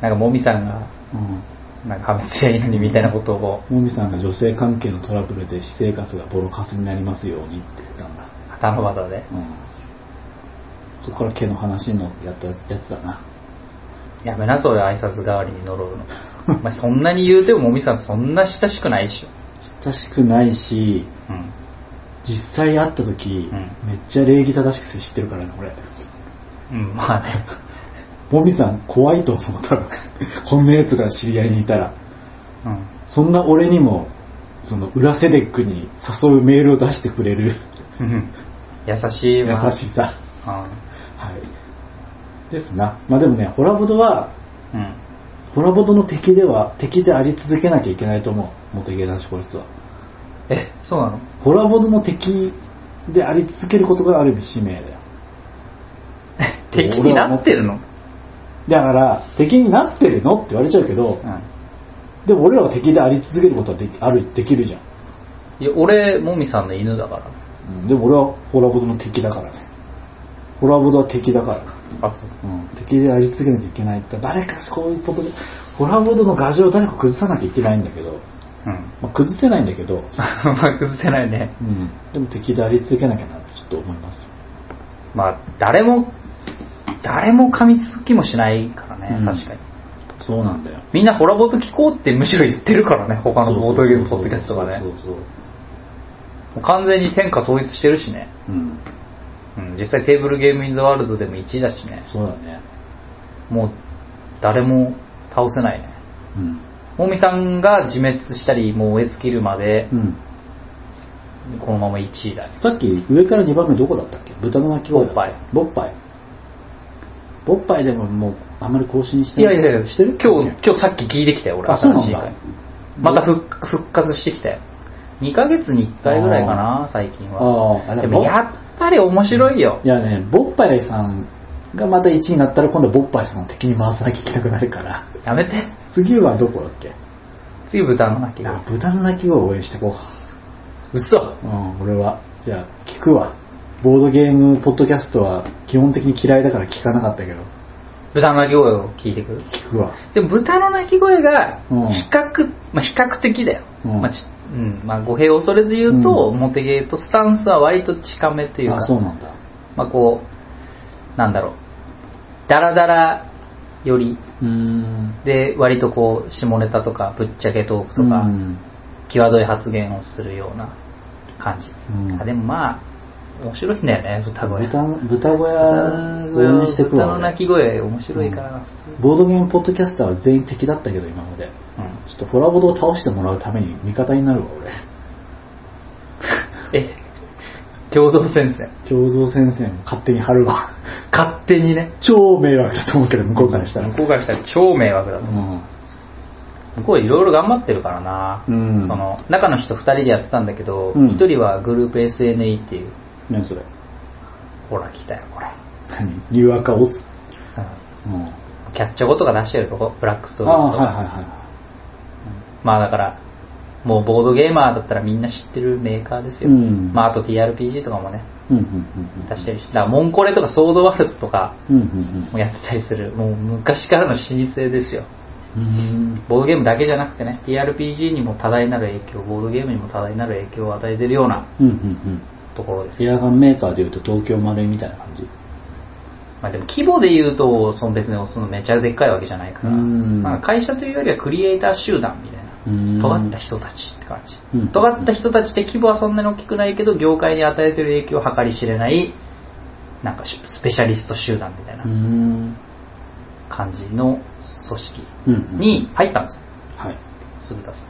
S1: なんかもみさんが
S2: うん
S1: なんか破滅しないのにみたいなことを
S2: もみさんが女性関係のトラブルで私生活がボロカスになりますようにって言ったんだ、
S1: 七夕で
S2: うん、そこから毛の話のやったやつだな
S1: やめなそうよ挨拶代わりに呪うのお前そんなに言うてももみさんそんな親しくないっしょ
S2: 親しくないし
S1: うん
S2: 実際会った時、
S1: ん
S2: めっちゃ礼儀正しく接してるからね俺
S1: うんまあね
S2: もみさん怖いと思ったら こんなやつが知り合いにいたら
S1: うん
S2: そんな俺にもその裏セデックに誘うメールを出してくれる
S1: うん優しい
S2: 優
S1: わ
S2: しさ
S1: あ
S2: はいですなまあでもねホラボドは
S1: うん
S2: ホラボドの敵では敵であり続けなきゃいけないと思う元芸男子こいつは
S1: えそうなの
S2: ホラボドの敵であり続けることがある意味使命だよ
S1: 敵になってるの
S2: だから敵になってるのって言われちゃうけど、
S1: うん
S2: でも俺らは敵であり続けることはできあるできるじゃん、
S1: いや俺もみさんの犬だから
S2: うんでも俺はホラボドの敵だからねホラボドは敵だから
S1: あそう
S2: うん、敵であり続けなきゃいけないって誰かそういうことでホラーボードの画像を誰か崩さなきゃいけないんだけど、
S1: うん
S2: まあ、崩せないんだけど、
S1: まあ崩せないね
S2: うん、でも敵であり続けなきゃなってちょっと思います、
S1: まあ誰も誰も噛みつきもしないからね、
S2: うん
S1: 確かに
S2: そうなんだよ
S1: みんなホラボード聞こうってむしろ言ってるからね他のボードゲームポッドキャストがね
S2: そうそうそうそう
S1: もう完全に天下統一してるしね、
S2: そう、うん、
S1: うん、実際テーブルゲームインザワールドでも1位だしね
S2: そうだね
S1: もう誰も倒せないね
S2: うん、
S1: もみさんが自滅したりもう植え尽きるまで
S2: うん、
S1: このまま1位だね
S2: さっき上から2番目どこだったっけ豚の鳴き声
S1: ボ
S2: だ
S1: ッパイ
S2: ボッパイボッパイでももうあんまり更新し
S1: い
S2: て
S1: や
S2: ない
S1: いやいや
S2: してる
S1: 今日今日さっき聞いてきたよ俺
S2: あそうなん
S1: 新しい
S2: だ
S1: 回また復復活してきたよ2ヶ月に1回ぐらいかな最近は
S2: あーあ
S1: でもやっぱり面白いよ
S2: いやね、ボッパイさんがまた1位になったら今度はボッパイさんを敵に回さなきゃいけなくなるから。
S1: やめて
S2: 次はどこだっけ
S1: 次豚の鳴き
S2: い
S1: 声
S2: や、豚の鳴き声を応援してこ
S1: 嘘
S2: う。うん、俺は。じゃあ、聞くわ。ボードゲーム、ポッドキャストは基本的に嫌いだから聞かなかったけど、
S1: 豚の鳴き声を聞いてくる
S2: 聞くわ。
S1: でも豚の鳴き声が
S2: うん
S1: 比較、まあ、比較的だよ、
S2: うん
S1: まあちうんまあ、語弊を恐れず言うと、
S2: うん
S1: モテゲーとスタンスは割と近めというか
S2: あ、そうなんだ。
S1: まあこうなんだろうダラダラより
S2: うーん。
S1: で割とこう下ネタとかぶっちゃけトークとか、
S2: うん
S1: 際どい発言をするような感じ、
S2: うん
S1: あでもまあ面白いんだよね歌声
S2: 豚の、豚小屋を応援してく
S1: 豚
S2: わ。
S1: の
S2: 俺
S1: 鳴き声面白いから、普通
S2: ボードゲーム、ポッドキャスターは全員敵だったけど、今まで。
S1: うん
S2: ちょっとホラボドを倒してもらうために味方になるわ、俺。
S1: え共同戦線
S2: 共同戦線を勝手に張るわ
S1: 勝手にね
S2: 超迷惑だと思うけど向こうからしたら
S1: 向こうからしたら超迷惑だと
S2: うん
S1: 向こういろいろ頑張ってるからな、
S2: うん
S1: その中の人2人でやってたんだけど、
S2: うん
S1: 1人はグループ SNE っていう
S2: 何それ
S1: ほら来たよこれ、
S2: 何ニューアカオツ
S1: う
S2: うん
S1: んキャッチャゴとか出してるとこブラックストー
S2: あ
S1: リーズ
S2: あ
S1: とか
S2: はいはいは
S1: まあだからもうボードゲーマーだったらみんな知ってるメーカーですよ、
S2: うん
S1: まああと TRPG とかもね
S2: いうんうんうんうん
S1: 出してるしだからモンコレとかソードワールドとか
S2: うんうん
S1: もやってたりするもう昔からの老舗ですよ
S2: うんうん
S1: ボードゲームだけじゃなくてね、TRPG にも多大なる影響、ボードゲームにも多大なる影響を与えてるような
S2: うんうん
S1: ところで
S2: うん
S1: す。
S2: エアガンメーカーでいうと東京丸いみたいな感じ
S1: まあでも規模で言うと、その別にそのめちゃでっかいわけじゃないから、
S2: うん
S1: まあ会社というよりはクリエイター集団みたいな、
S2: うん
S1: 尖った人たちって感じ。
S2: うん
S1: 尖った人たちって規模はそんなに大きくないけど、業界に与えてる影響を計り知れない、なんかしスペシャリスト集団みたいうなん感じの組
S2: うんう
S1: 織
S2: ん
S1: に入ったんですよ、
S2: はい
S1: 鈴田さん。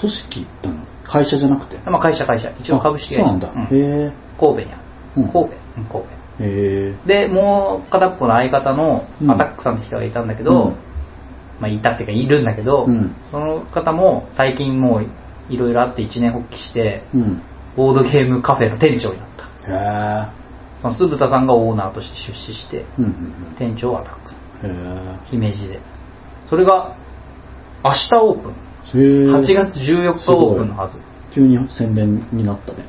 S2: 組織だの会社じゃなくて
S1: まあ会社会社、一応株式会社。
S2: あそうなんだ
S1: うん
S2: へえ
S1: 神戸にある。
S2: う
S1: 神
S2: ん
S1: 戸、うん、神戸。
S2: へ
S1: で、もう片っぽの相方の
S2: うん
S1: アタックさんって人がいたんだけど、
S2: うん
S1: まあいたっていうかいるんだけど、
S2: うん
S1: その方も最近もういろいろあって一年発起して、
S2: えうん
S1: ボードゲームカフェの店長になった。
S2: へえ
S1: その鈴田さんがオーナーとして出資して、
S2: うんうんうん
S1: 店長はアタックさん。
S2: へえ
S1: 姫路でそれが明日オープン8
S2: 8
S1: 月14日オープンのはず
S2: 急に宣伝に なったね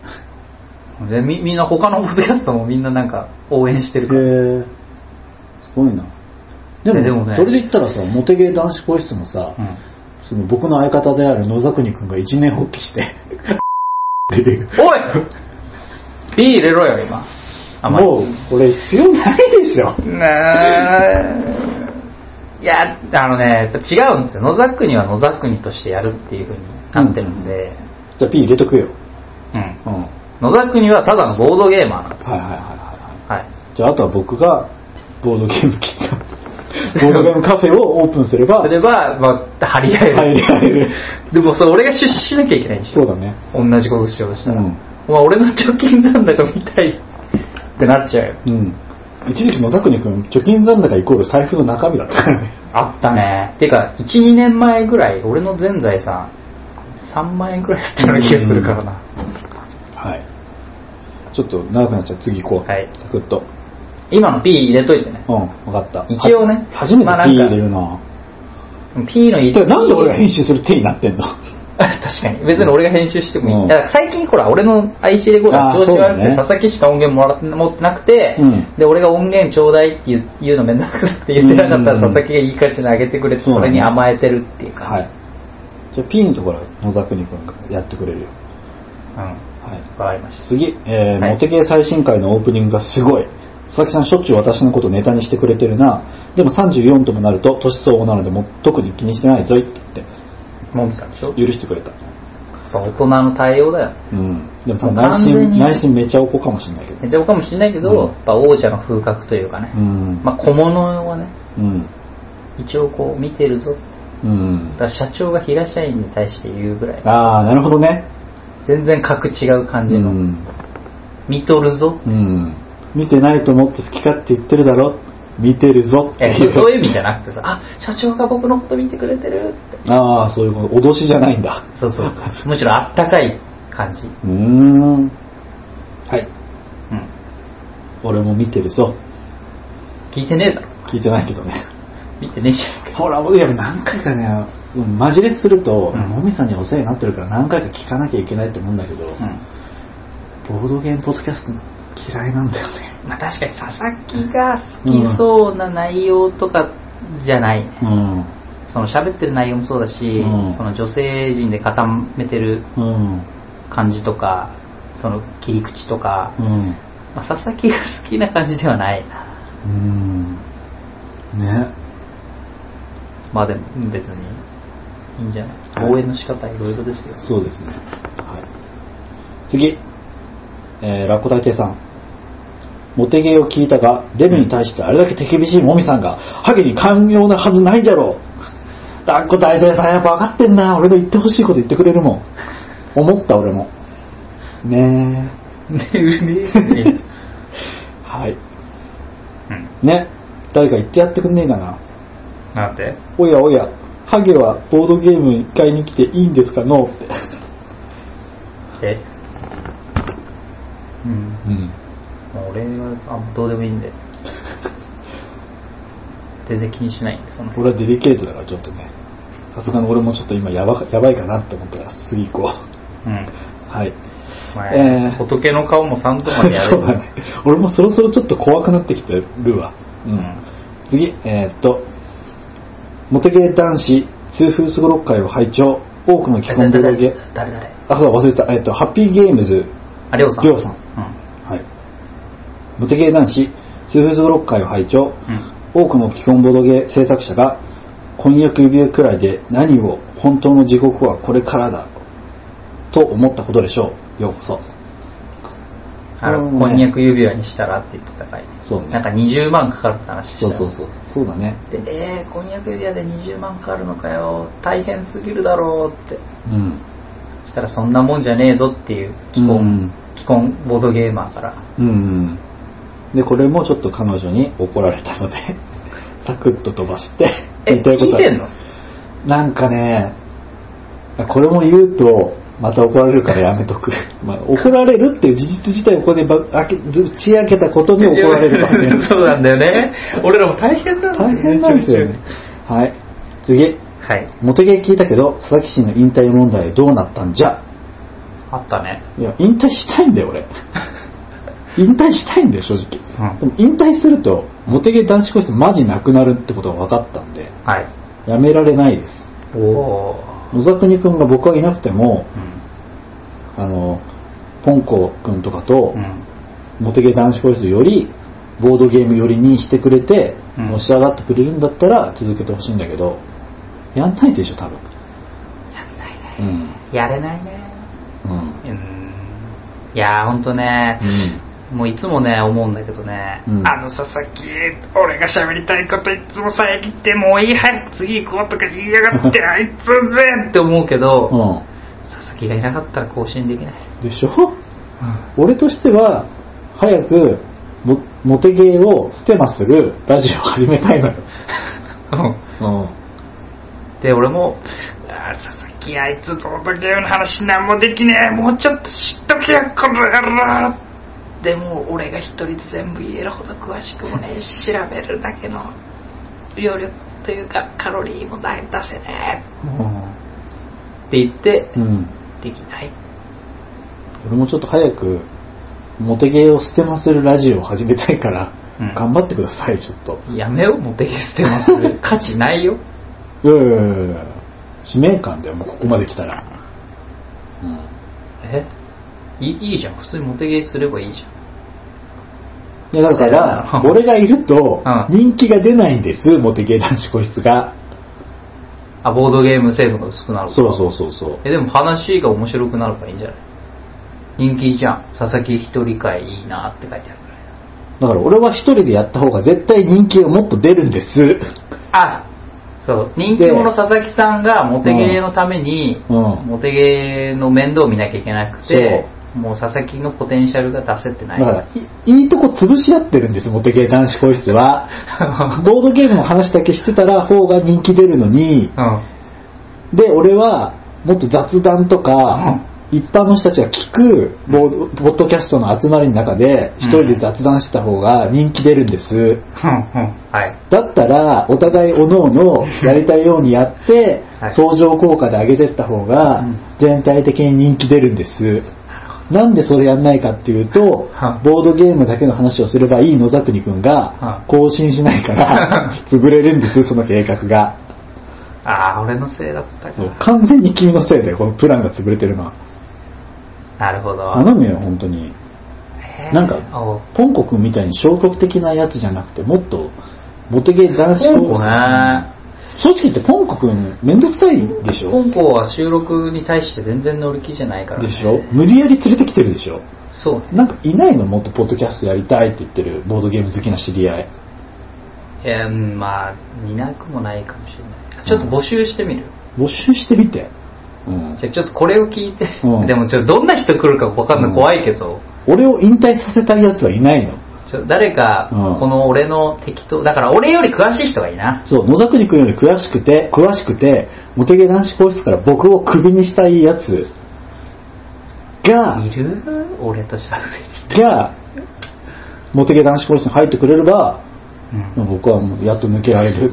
S1: でみみんな他のポッドキャストもみんななんか応援してるから
S2: へえすごいなでも
S1: ねでもね
S2: それで言ったらさモテゲー男子更衣室もさ、
S1: うん
S2: その僕の相方である野沢国君が一年発起して っていう
S1: おい B 入れろよ今あまり
S2: もうこれ必要ないでしょ
S1: ねえいやあのねやっぱ違うんですよ野沢国は野沢国としてやるっていうふうになってるんで、
S2: じゃあ P 入れとくよ
S1: うん
S2: うんはい
S1: 野沢国はただのボードゲーマーなんです
S2: はいはいはいは
S1: はい
S2: いじゃああとは僕がボードゲームキ ッボードゲームカフェをオープンすれば
S1: すれば、まあ、張り合える。
S2: 入れられる
S1: でもそれ俺が出資しなきゃいけないんです
S2: そう
S1: よ。
S2: だね
S1: 同じことしようとしたら。
S2: うん
S1: お前俺の貯金残高見たいってなっちゃうよ。
S2: うん一時期野沢国君貯金残高イコール財布の中身だったからね
S1: あったね。てか、1、2年前ぐらい、俺の全財産、3万円ぐらいだったような気がするからな。
S2: はい。ちょっと長くなっちゃう。次行こう。
S1: はい
S2: サクッと。
S1: 今の P 入れといてね。
S2: うん、わかった。
S1: 一応ね
S2: は初めて
S1: まあなん
S2: P
S1: か
S2: 入れるな。
S1: P の入
S2: て
S1: れ
S2: かなんで俺が編集する手になってんの
S1: 確かに。別に俺が編集してもいい。
S2: うん
S1: だから最近ほら、俺の IC レコーダー調子悪くて、
S2: あーそうだね
S1: 佐々木しか音源もらって持ってなくて、
S2: うん
S1: で、俺が音源ちょうだいって言う言うのめんどくさって言ってなかったら、
S2: うんうんうん
S1: 佐々木がいい感じにあげてくれて、
S2: そう
S1: そ
S2: だね
S1: れに甘えてるっていう
S2: は
S1: 感
S2: い。じゃあ P のところは野沢国君がやってくれるよ。
S1: じ。うん。
S2: はい。
S1: わかりました。
S2: 次、えー
S1: はい
S2: モテ系最新回のオープニングがすごい。佐々木さんしょっちゅう私のことネタにしてくれてるな。でも34ともなると年相応なのでもう特に気にしてないぞいって
S1: モンさんでしょや
S2: 許してくれた。
S1: っぱ大人の対応だよ。
S2: うん。でも多分
S1: もう完
S2: 内
S1: 全
S2: 心、
S1: に
S2: 内心めちゃおこかもしれないけど。
S1: めっちゃ僕かもしれないけど、
S2: うん
S1: やっぱ王者の風格というかね
S2: う。ん。
S1: まあ小物はね、
S2: うん。
S1: 一応こう見てるぞ。
S2: うん
S1: だ。から社長が平社員に対して言うぐらい、
S2: ああ、なるほどね。
S1: 全然格違う感じの、
S2: うん。
S1: 見とる ぞ。
S2: うん。見てないと思って好き勝手言ってるだろ。見てるぞっ
S1: え
S2: て
S1: そ
S2: いう
S1: そういう
S2: う。
S1: 意味じゃなくてさ、あ、社長が僕のこと見てくれてるって。
S2: ああ、そういうこと。脅しじゃないんだ。
S1: そうそうそう。むしろあったかい感じ。
S2: うーん。はい。
S1: うん。
S2: 俺も見てるぞ。
S1: 聞いてねえだろ。
S2: 聞いてないけどね。
S1: 見てねえじゃん。
S2: ほら、いや何回かね、うんマジレスすると、
S1: うん
S2: もみさんにお世話になってるから何回か聞かなきゃいけないって思うんだけど、
S1: うん。
S2: ボードゲームポッドキャスト嫌いなんだよね。
S1: まあ確かに佐々木が好きそうな内容とかじゃないね。
S2: うん。
S1: その喋ってる内容もそうだし、
S2: うん
S1: その女性陣で固めてる
S2: うん。
S1: 感じとか、その切り口とか、
S2: うん。
S1: まあ、佐々木が好きな感じではないな。
S2: うん。ね。
S1: まあでも別にいいんじゃない、
S2: はい
S1: 応援の仕方いろいろですよ。
S2: そうですね。はい。次。えー、ラッコ大帝さん。モテゲーを聞いたが、デブに対してあれだけ手厳しいモミさんが、ハゲに寛容なはずないじゃろう。 ラッコ大帝さんやっぱ分かってんな。俺の言ってほしいこと言ってくれるもん。思った俺も。ね
S1: ね うめえね。
S2: え。はい。
S1: うん。
S2: ね。誰か言ってやってくんねえかな。
S1: なんて
S2: おやおや、ハゲはボードゲーム買いに来ていいんですかのって。
S1: えうん。
S2: うん。
S1: もう俺はあどうでもいいんで。全然気にしないんで、その辺。
S2: 俺はデリケートだからちょっとねさすがに俺もちょっと今やばかやばいかなって思ったから次行こ
S1: う
S2: う
S1: ん。
S2: はい
S1: まあ
S2: えー
S1: 仏の顔も3度までや
S2: そう
S1: る。
S2: だね俺もそろそろちょっと怖くなってきてるわう、
S1: うんん。
S2: 次えーっとモテゲー男子痛風すごろっ会を拝聴多くの既婚
S1: 誰
S2: ブロ
S1: 誰
S2: ゲ
S1: 誰誰誰
S2: あそうだ忘れてたえーっとハッピーゲームズ
S1: あ、りょうさん。
S2: りょうさん
S1: う
S2: はいモテゲー男子痛風すごろっ会を拝聴
S1: ん。うん。
S2: 多くの既婚ボドゲ制作者が婚約指輪くらいで何を本当の地獄はこれからだと思ったことでしょうようこそ
S1: あ
S2: う
S1: の、
S2: ん
S1: こんにゃく指輪にしたらって言ってたかいね。
S2: そうね
S1: なんか20万かかるって話してた
S2: そ
S1: よ
S2: う
S1: ね
S2: そうそうそうだね
S1: で、えー、婚約指輪で20万かかるのかよ、大変すぎるだろうって。
S2: うん
S1: そしたらそんなもんじゃねえぞっていう既
S2: う
S1: 婚
S2: ん、
S1: 既婚ボードゲーマーから。
S2: うんでこれもちょっと彼女に怒られたので サクッと飛ばして
S1: え、聞い
S2: あ
S1: てん
S2: る
S1: の
S2: なんかねこれも言うとまた怒られるからやめと く。まあ、怒られるっていう事実自体をここでばあけず打ち明けたことに怒られるかもしれない。
S1: そうなんだよね。俺らも大変なんだよ
S2: 大
S1: ね。
S2: 変なんですよね。はい。次。
S1: はい。
S2: 元木聞いたけど、佐々木氏の引退問題どうなったんじゃ
S1: あったね。
S2: いや、引退したいんだよ、 俺。引退したいんだよ、正直。
S1: う
S2: でも引退すると、モテゲ男子校室マジなくなるってことが分かったんで、
S1: ん。はい。
S2: やめられないです。
S1: おお。
S2: 野沢国くんが僕がいなくても、
S1: うん。
S2: あの、ポンコくんとかと
S1: う、ん。
S2: モテゲ男子校室より、ボードゲーム寄りにしてくれて、
S1: うん
S2: のし上がってくれるんだったら続けてほしいんだけど、やんないでしょ、多分。
S1: やんないね。
S2: うん。
S1: やれないね。
S2: うん。
S1: うん。いやー、ほんとね
S2: う。ん。
S1: もういつもね、思うんだけどね、
S2: うん
S1: あの佐々木、俺が喋りたいこといつも遮って、もういい、早く次行こうとか言いやがって、あいつぜって思うけど、
S2: う
S1: 佐々木がいなかったら更新できない。
S2: ん。でしょ俺としては、早く、もモテゲーをステマするラジオを始めたいのよ。うん。
S1: で、俺も、あー佐々木、あいつボードゲームの話なんもできねえ、もうちょっと知っとけよ、この野郎でも俺が一人で全部言えるほど詳しくもねえし、調べるだけの量力というかカロリーも出せねえって言って、
S2: うん。
S1: できない
S2: 俺もちょっと早く、モテゲーをステマするラジオを始めたいから、
S1: うん
S2: 頑張ってください、ちょっと。
S1: やめようモテゲスて ます価値ないよ
S2: いやいやいやいや使命感だよ、もうここまで来たら。うん。
S1: えいいいじゃん普通にモテゲーすればいいじゃ
S2: いや、だ
S1: そ
S2: から、
S1: うだよ
S2: 俺がいると
S1: うん、
S2: 人気が出ないんです、モテゲー男子個室が。
S1: んあボードゲーム成分が薄くなるから
S2: そうそうそうそう。
S1: えでも話が面白くなるからいいんじゃない人気じゃん佐々木一人会いいなって書いてあるぐらい
S2: だから俺は一人でやった方が絶対人気がもっと出るんです。
S1: あそう人気者佐々木さんがモテゲーのために、
S2: うん。
S1: モテゲーの面倒を見なきゃいけなくてもう佐々木のポテンシャルが出せってな
S2: だ
S1: い
S2: からい、いいとこ潰し合ってるんです、モテゲー男子保室は。ボードゲームの話だけしてたら方が人気出るのに、
S1: うん
S2: で、俺はもっと雑談とか、一般の人たちが聞くボード、ポッドキャストの集まりの中で、一人で雑談してた方が人気出るんです。
S1: はい。
S2: だったら、お互いおのお のやりたいようにやって、
S1: はい
S2: 相乗効果で上げてった方が
S1: うん、
S2: 全体的に人気出るんです。なんでそれやんないかっていうと
S1: は、
S2: ボードゲームだけの話をすればいい野沢国く
S1: は
S2: んが、更新しな いから、潰れるんです、その計画が。
S1: ああ、俺のせいだった
S2: そ
S1: か
S2: う完全に君のせいだよ、このプランが潰れてるのは。
S1: なるほど。
S2: 頼むよ、本当に。
S1: へー
S2: なんか
S1: おう
S2: ポンコ君みたいに消極的なやつじゃなくて、もっと、モテゲ男子
S1: ポンコ
S2: 高校
S1: ね。
S2: 正直言ってポンコ君めんどくさいでしょ
S1: ポンコは収録に対して全然乗り気じゃないから、ね。
S2: でしょ無理やり連れてきてるでしょ
S1: そうね。
S2: なんかいないのもっとポッドキャストやりたいって言ってるボードゲーム好きな知り合い。
S1: えー、うんまあ、いなくもないかもしれない。ちょっと募集してみる。
S2: 募集してみて。うん。
S1: じゃあちょっとこれを聞いて、
S2: うん
S1: でもちょっとどんな人来るかわかんな
S2: う
S1: い
S2: ん
S1: 怖いけど、
S2: 俺を引退させたい奴はいないの。
S1: ちょ誰か
S2: うん
S1: この俺の適当、だから俺より詳しい人がいいな。
S2: そう、野崎君より詳しくて、詳しくて、モテゲ男子校室から僕をクビにしたい奴が、
S1: いる俺と喋る人。
S2: が、モテゲ男子校室に入ってくれれば、
S1: うん
S2: 僕はもうやっと抜けられる。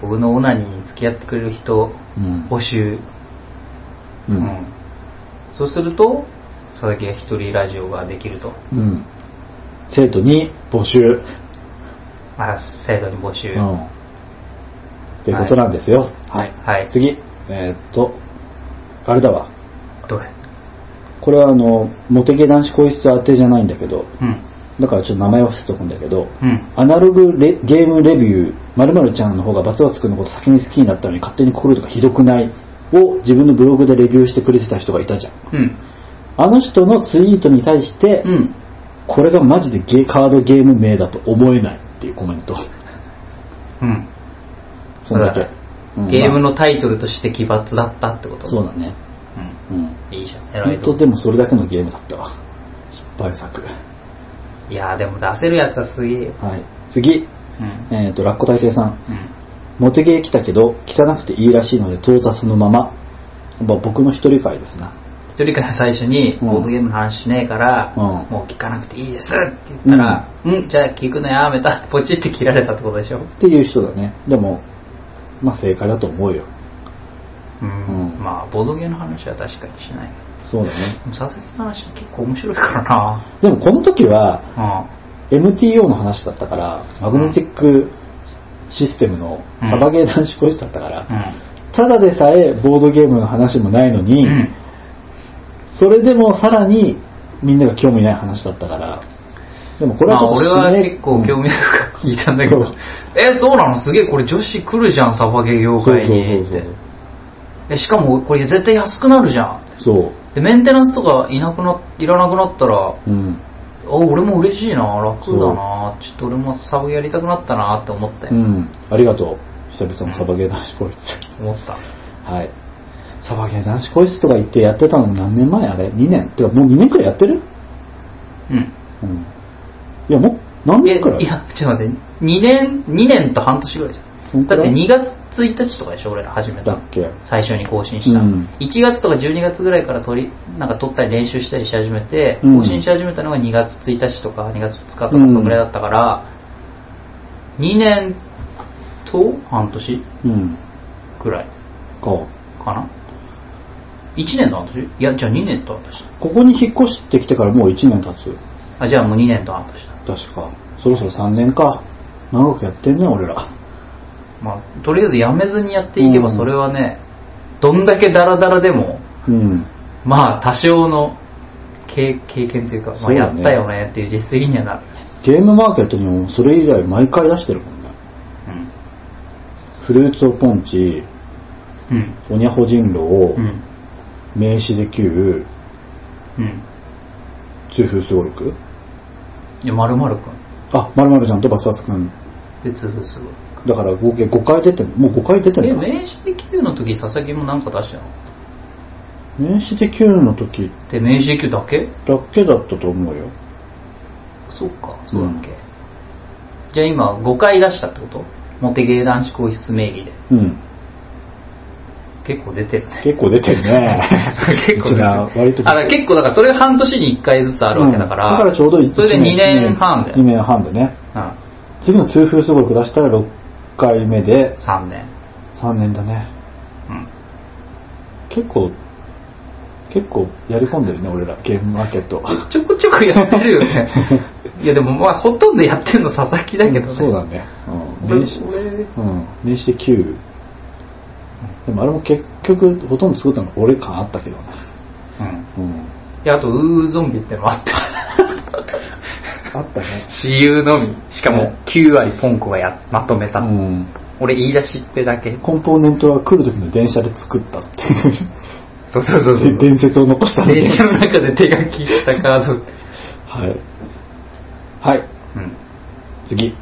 S1: 僕のオナニーに付き合ってくれる人
S2: うん。
S1: 募集。
S2: う。
S1: うんん、そうすると佐々木が一人ラジオができると、
S2: うん。生徒に募集。
S1: まあ、制度に募集、
S2: うん。っていうことなんですよ。はい。
S1: はい
S2: 次。えーっと、あれだわ。
S1: どれ
S2: これはあの、モテゲ男子皇室宛てじゃないんだけど、
S1: うん
S2: だからちょっと名前忘れとくんだけど、
S1: うん
S2: アナログレゲームレビュー、〇〇ちゃんの方がバツバツくんのこと先に好きになったのに勝手に心とかひどくないを自分のブログでレビューしてくれてた人がいたじゃん。
S1: うん
S2: あの人のツイートに対して、
S1: うん
S2: これがマジでゲーカードゲーム名だと思えないっていうコメント。
S1: うん
S2: そんだけ
S1: だか。
S2: うん
S1: ゲーム
S2: ま
S1: のタイトルとして奇抜だったってこと
S2: あそうだね。
S1: うん、
S2: うん。
S1: いいじゃん偉
S2: 本
S1: いと
S2: 当
S1: 思
S2: でもそれだけのゲームだったわ。失敗作。
S1: ういやーでも出せるやつはすげえよ
S2: はい。
S1: う
S2: 次。
S1: ん
S2: えっ、と、ラッコ大帝さん。
S1: うん
S2: モテゲー来たけど、汚くていいらしいので、当座そのまま。まあ僕の一人会ですな。
S1: 一一人から最初に、
S2: うん
S1: ボードゲームの話しねえから、
S2: うん
S1: もう聞かなくていいですって言ったら、うん、じゃあ聞くのやめた、ポチって切られたってことでしょ。
S2: っていう人だね。でも、まあ正解だと思うよ。
S1: うん。
S2: うん
S1: まあ、ボードゲームの話は確かにしない。
S2: そうだね。
S1: でも佐々木の話結構面白いからな。
S2: でもこの時は、
S1: う
S2: MTO の話だったから、マグネティックシステムのサバゲー男子講師だったから、
S1: ん。
S2: ただでさえボードゲームの話もないの
S1: う
S2: に、
S1: ん。うん。
S2: それでもさらにみんなが興味ない話だったから、でもこれはちょっと
S1: まあ、
S2: し
S1: 俺
S2: ね
S1: は結構興味深く聞いたんだけ
S2: う
S1: ど
S2: ん、
S1: え、そうなのすげえ、これ女子来るじゃん、サバゲー業界に。
S2: そうそうそうそう
S1: え、しかもこれ絶対安くなるじゃん。
S2: そう。
S1: で、メンテナンスとかいなくな、いらなくなったら、
S2: うん。
S1: あ、俺も嬉しいな、楽だな、ちょっと俺もサバゲーやりたくなったなって思った
S2: う
S1: よ。
S2: ん。ありがとう。久々のサバゲー男子講室。
S1: 思った。
S2: はい。サバゲー男子講室とか行ってやってたの何年前あれ ?2 年。てかもう2年くらいやってる
S1: うん。
S2: うん。いや、もう、何
S1: え
S2: 年くらい
S1: いや、ちょっと待って、2年、2年と半年ぐらいじゃ
S2: ほ
S1: ん。
S2: ん
S1: だ
S2: と
S1: っ
S2: だ
S1: て2月1日とかでしょ、俺ら始めた
S2: だっ。け
S1: 最初に更新した、
S2: うん
S1: 1月とか12月ぐらいから撮りなんか撮ったり練習したりし始めて、
S2: うん
S1: 更新し始めたのが2月1日とか2月2日とか
S2: うん
S1: そのぐらいだったから、2年と半年
S2: うん。
S1: ぐらい
S2: か。
S1: かな1年と半年いやじゃあ2年と半年
S2: ここに引っ越してきてからもう1年経つ。
S1: あじゃあもう2年と半年だ
S2: 確か。そろそろ3年か。長くやってんね、俺ら。
S1: まあとりあえずやめずにやっていけば
S2: うん
S1: それはね、どんだけダラダラでも
S2: うん。
S1: まあ多少の経経験というか、まあ、
S2: そう
S1: や
S2: だ
S1: っ
S2: ね
S1: たよねっていう実績にはなるね
S2: ゲームマーケットにもそれ以来毎回出してるもんね。フルーツをポンチ、
S1: うんうん
S2: おにゃほ人狼、
S1: うん。
S2: 名刺で9、
S1: うん。
S2: 痛風すごろく。
S1: いや、まるまるくん。
S2: あ、まるまるちゃんとバスバスくん。
S1: で、痛風すごい。
S2: だから合計5回出てんもう5回出て
S1: え、
S2: るの
S1: 名刺で Q の時、佐々木もなんか出したの
S2: 名刺で9の時
S1: で、名刺で Q だけ
S2: だけだったと思うよ。
S1: そっか、そうだっけ。じゃあ今、5回出したってことモテゲー男子皇室名義で。
S2: うん。
S1: 結構出てる ね。。
S2: 結構出てるね
S1: 結構
S2: うちら割と。
S1: あ、だから結構、だからそれ半年に1回ずつあるわけだから。
S2: うんだからちょうど1
S1: それで2年半だよ
S2: 2。年半でね。
S1: うん。
S2: 次の痛風すごろく出したら6回目で
S1: 3年。
S2: 3年だね。
S1: うん。
S2: 結構、結構やり込んでるね、俺ら。ゲームマーケット。
S1: ちょこちょこやってるよね。 いや、でもまあ、ほとんどやってんの佐々木だけどね。
S2: そうだね。うん。
S1: 俺。
S2: 名刺、
S1: 俺
S2: うん。名刺で9。でもあれも結局、ほとんど作ったの俺感あったけどね。
S1: うん。
S2: うん。
S1: いや、あと、ウーゾンビってのもあ った。
S2: あったね。
S1: 私有のみ。しかも、9割ポンコがやまとめ
S2: う
S1: た。
S2: ん。
S1: 俺、言い出しってだけ。
S2: コンポーネントは来る時の電車で作ったっていう
S1: そうそうそうそう。
S2: 伝説を残したの
S1: 電車の中で手書きしたカード。
S2: はい。はい。
S1: うん。
S2: 次。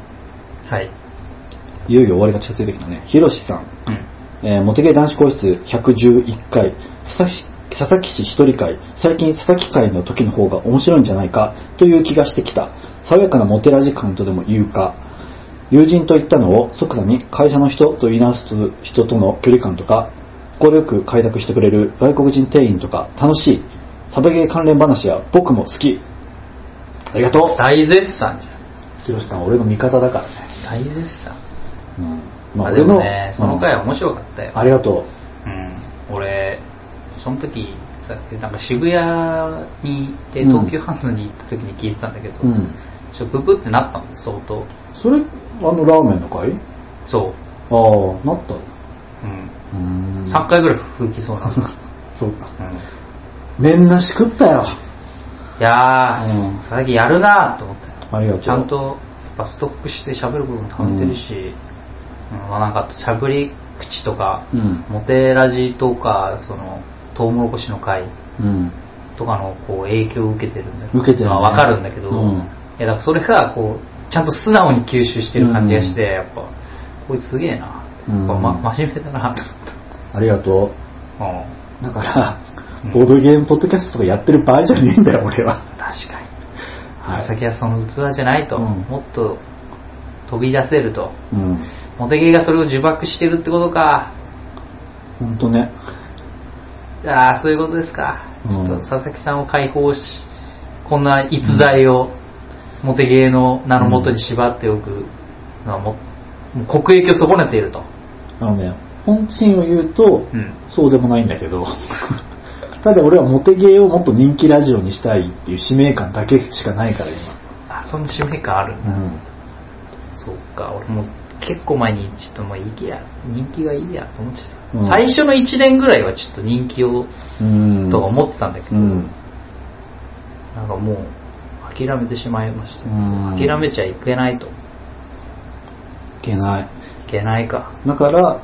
S1: はい。
S2: いよいよ終わりが近づいてきたね。ひろしさん。
S1: うん。
S2: えー、モテゲ男子皇室111回、佐々木佐々木氏一人会、最近佐々木会の時の方が面白いんじゃないかという気がしてきた。爽やかなモテラジ感とでも言うか。友人と言ったのを即座に会社の人と言い直す人との距離感とか、快く快諾してくれる外国人店員とか楽しい。サバゲー関連話や僕も好き。ありがとう。
S1: 大絶賛じゃん。
S2: ひろしさん、俺の味方だからね。
S1: 大絶賛。
S2: うん。
S1: まあ、
S2: 俺
S1: でも
S2: の
S1: ね、その回は面白かった
S2: う
S1: よ
S2: ん。ありがと
S1: うん。俺、その時、さなんか渋谷に行って、東急ハンズに行った時に聞いてたんだけど、
S2: う。うん。
S1: ちょっとブブってなったの、相当。
S2: それ、あのラーメンの回
S1: そう。
S2: ああ、なった。う
S1: うん。
S2: ーん
S1: 3回ぐらい吹きそう なんだ。
S2: そうか。
S1: うん
S2: 麺なし食ったよ。
S1: いやー、
S2: うん
S1: 佐々木やるなーと思ったよ
S2: ありがとう。
S1: ちゃん。とやっぱストックして喋ることもためてるし、うんまあ、なんか喋り口とか、
S2: うん。
S1: モテラジとか、その、トウモロコシの会
S2: うん。
S1: とかのこう影響を受けてるんだ
S2: 受けてるね
S1: まあわかるんだけど、
S2: うん
S1: いやだからそれがこう、ちゃんと素直に吸収してる感じがして、やっぱ、こいつすげえな、
S2: うん
S1: やっぱま、真面目だなと
S2: ありがと
S1: 思った。うん
S2: う。だから
S1: うん、
S2: ボードゲームポッドキャストとかやってる場合じゃねえんだよ、俺は。
S1: 確かに。
S2: はい
S1: 先はその器じゃないと、
S2: うん
S1: もっと飛び出せると。
S2: うん。
S1: モテゲーがそれを呪縛してるってことか。
S2: ほんとね。
S1: ああ、そういうことですか。
S2: うん
S1: ちょっと佐々木さんを解放し、こんな逸材を、モテ芸の名のもとに縛っておくのはも、もう国益を損ねていると。
S2: あのね、本心を言うと、
S1: うん
S2: そうでもないんだけど、 ただ俺はモテゲーをもっと人気ラジオにしたいっていう使命感だけしかないから
S1: あ、そんな使命感ある。
S2: 今。うん。
S1: そうか、俺も結構前に、ちょっともういいや、人気がいいやと思ってた。
S2: うん
S1: 最初の1年ぐらいはちょっと人気を、
S2: うん
S1: とか思ってたんだけど、
S2: うん。
S1: なんかもう、諦めてしまいました。
S2: うん
S1: 諦めちゃいけないと。い
S2: いけない。
S1: けないか。
S2: だから、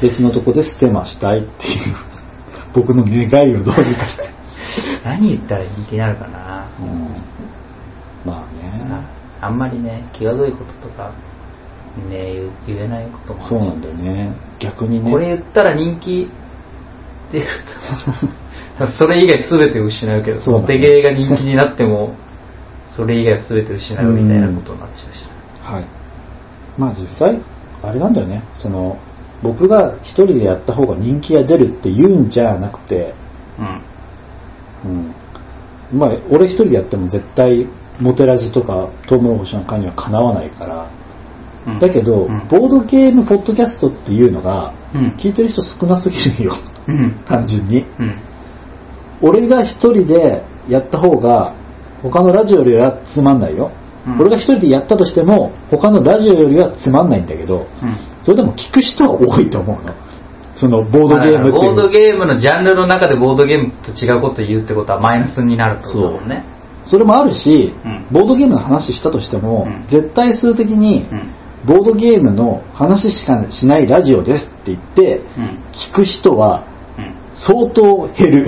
S2: 別のとこでステマしたいっていう、 僕の願いをどうにかして。
S1: 何言ったら人気になるかな。
S2: うん。まあね。
S1: あんまりね、気がどいこととか、ね、言う言えないこともある
S2: そうなんだよね。逆にね。
S1: これ言ったら人気出ると それ以外全て失うけど、
S2: そうだね
S1: モテゲーが人気になっても、それ以外全て失うみたいなことになってしまいました。
S2: はい。まあ実際、あれなんだよね。その、僕が一人でやった方が人気が出るって言うんじゃなくて、
S1: うん。
S2: うん。まあ、俺一人でやっても絶対、モテラジとか、トウモロコシの会にはかなわないから。
S1: うん
S2: だけど、
S1: うん。
S2: ボードゲームポッドキャストっていうのが、
S1: うん。
S2: 聞いてる人少なすぎるよ。
S1: うん。
S2: 単純に。
S1: うん。
S2: 俺が一人でやった方が他のラジオよりはつまんないよ、
S1: うん
S2: 俺が一人でやったとしても他のラジオよりはつまんないんだけどそれでも聞く人は多いと思うのそのボードゲームって
S1: ボード
S2: いう
S1: ゲームのジャンルの中でボードゲームと違うこと言うってことはマイナスになるってことだもんね。
S2: それもあるし、
S1: うん
S2: ボードゲームの話したとしても、
S1: うん
S2: 絶対数的に
S1: うん。
S2: ボードゲームの話しかしないラジオですって言って
S1: うん。
S2: 聞く人は
S1: うん。
S2: 相当減る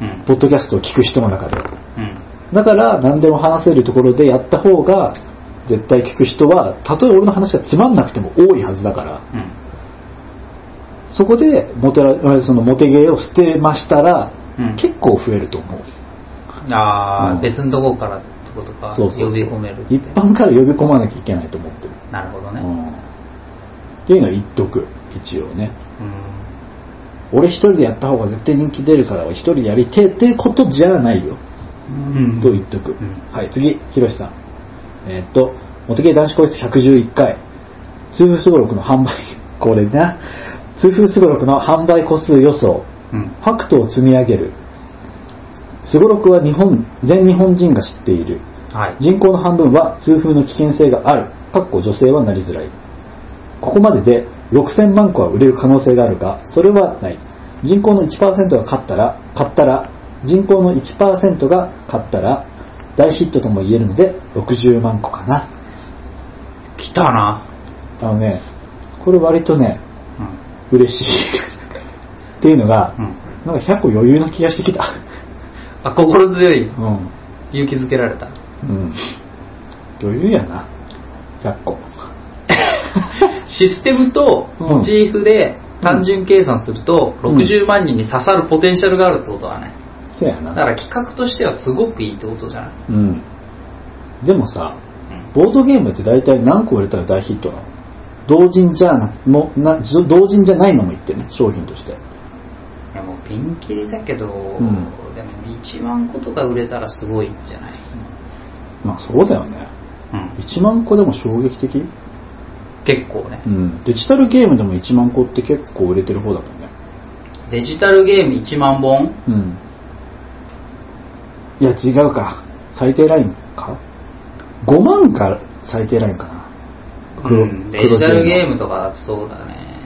S1: うん。
S2: ポッドキャストを聞く人の中で
S1: うん。
S2: だから何でも話せるところでやった方が絶対聞く人はたとえ俺の話がつまんなくても多いはずだから
S1: うん。
S2: そこでモテらそのモテゲーを捨てましたら、
S1: うん
S2: 結構増えると思う
S1: ああ、
S2: うん
S1: 別のとこからってことか、
S2: そうそうそう
S1: 呼び込めるって。
S2: 一般から呼び込まなきゃいけないと思ってる、
S1: なるほど
S2: う
S1: ね。
S2: ん、っていうのは言っとく一応ね
S1: うん。
S2: 俺一人でやった方が絶対人気出るから一人でやりてえってことじゃないよ
S1: うん
S2: と言っとく、
S1: ん
S2: はい次ひろしさんえーっとモテ系男子校室111回痛風すごろくの販売これな痛風すごろくの販売個数予想
S1: うん。
S2: ファクトを積み上げるすごろくは日本全日本人が知っている
S1: はい。
S2: 人口の半分は痛風の危険性があるかっこ女性はなりづらいここまでで6000万個は売れる可能性があるがそれはない人口の1%が勝ったら買ったら人口の1%が買ったら大ヒットとも言えるので60万個かな
S1: 来たな。
S2: あのねこれ割とね
S1: う
S2: 嬉しいっていうのが
S1: ん。うん。
S2: なんか100個余裕な気がしてきた
S1: あ、心強い。
S2: うん
S1: 勇気づけられた。
S2: うん余裕やな100個
S1: システムとモチーフで単純計算すると、
S2: うん
S1: 60万人に刺さるポテンシャルがあるってことだね。
S2: せやな
S1: だから企画としてはすごくいいってことじゃない
S2: うん。でもさ、
S1: うん
S2: ボードゲームって大体何個売れたら大ヒットなの同人じゃな、もな、じょ同人じゃないのも言ってね、商品として。
S1: いやもうピンキリだけど、
S2: ん
S1: でも1万個とか売れたらすごいんじゃない
S2: まあそうだよね。
S1: うん。
S2: 1万個でも衝撃的
S1: 結構ね
S2: う。ん。デジタルゲームでも1万個って結構売れてる方だもんね。
S1: デジタルゲーム1万本
S2: うん。いや違うか。最低ラインか ?5 万が最低ラインかな。黒
S1: うんデジタルゲー
S2: ム。
S1: ムとかだとそうだね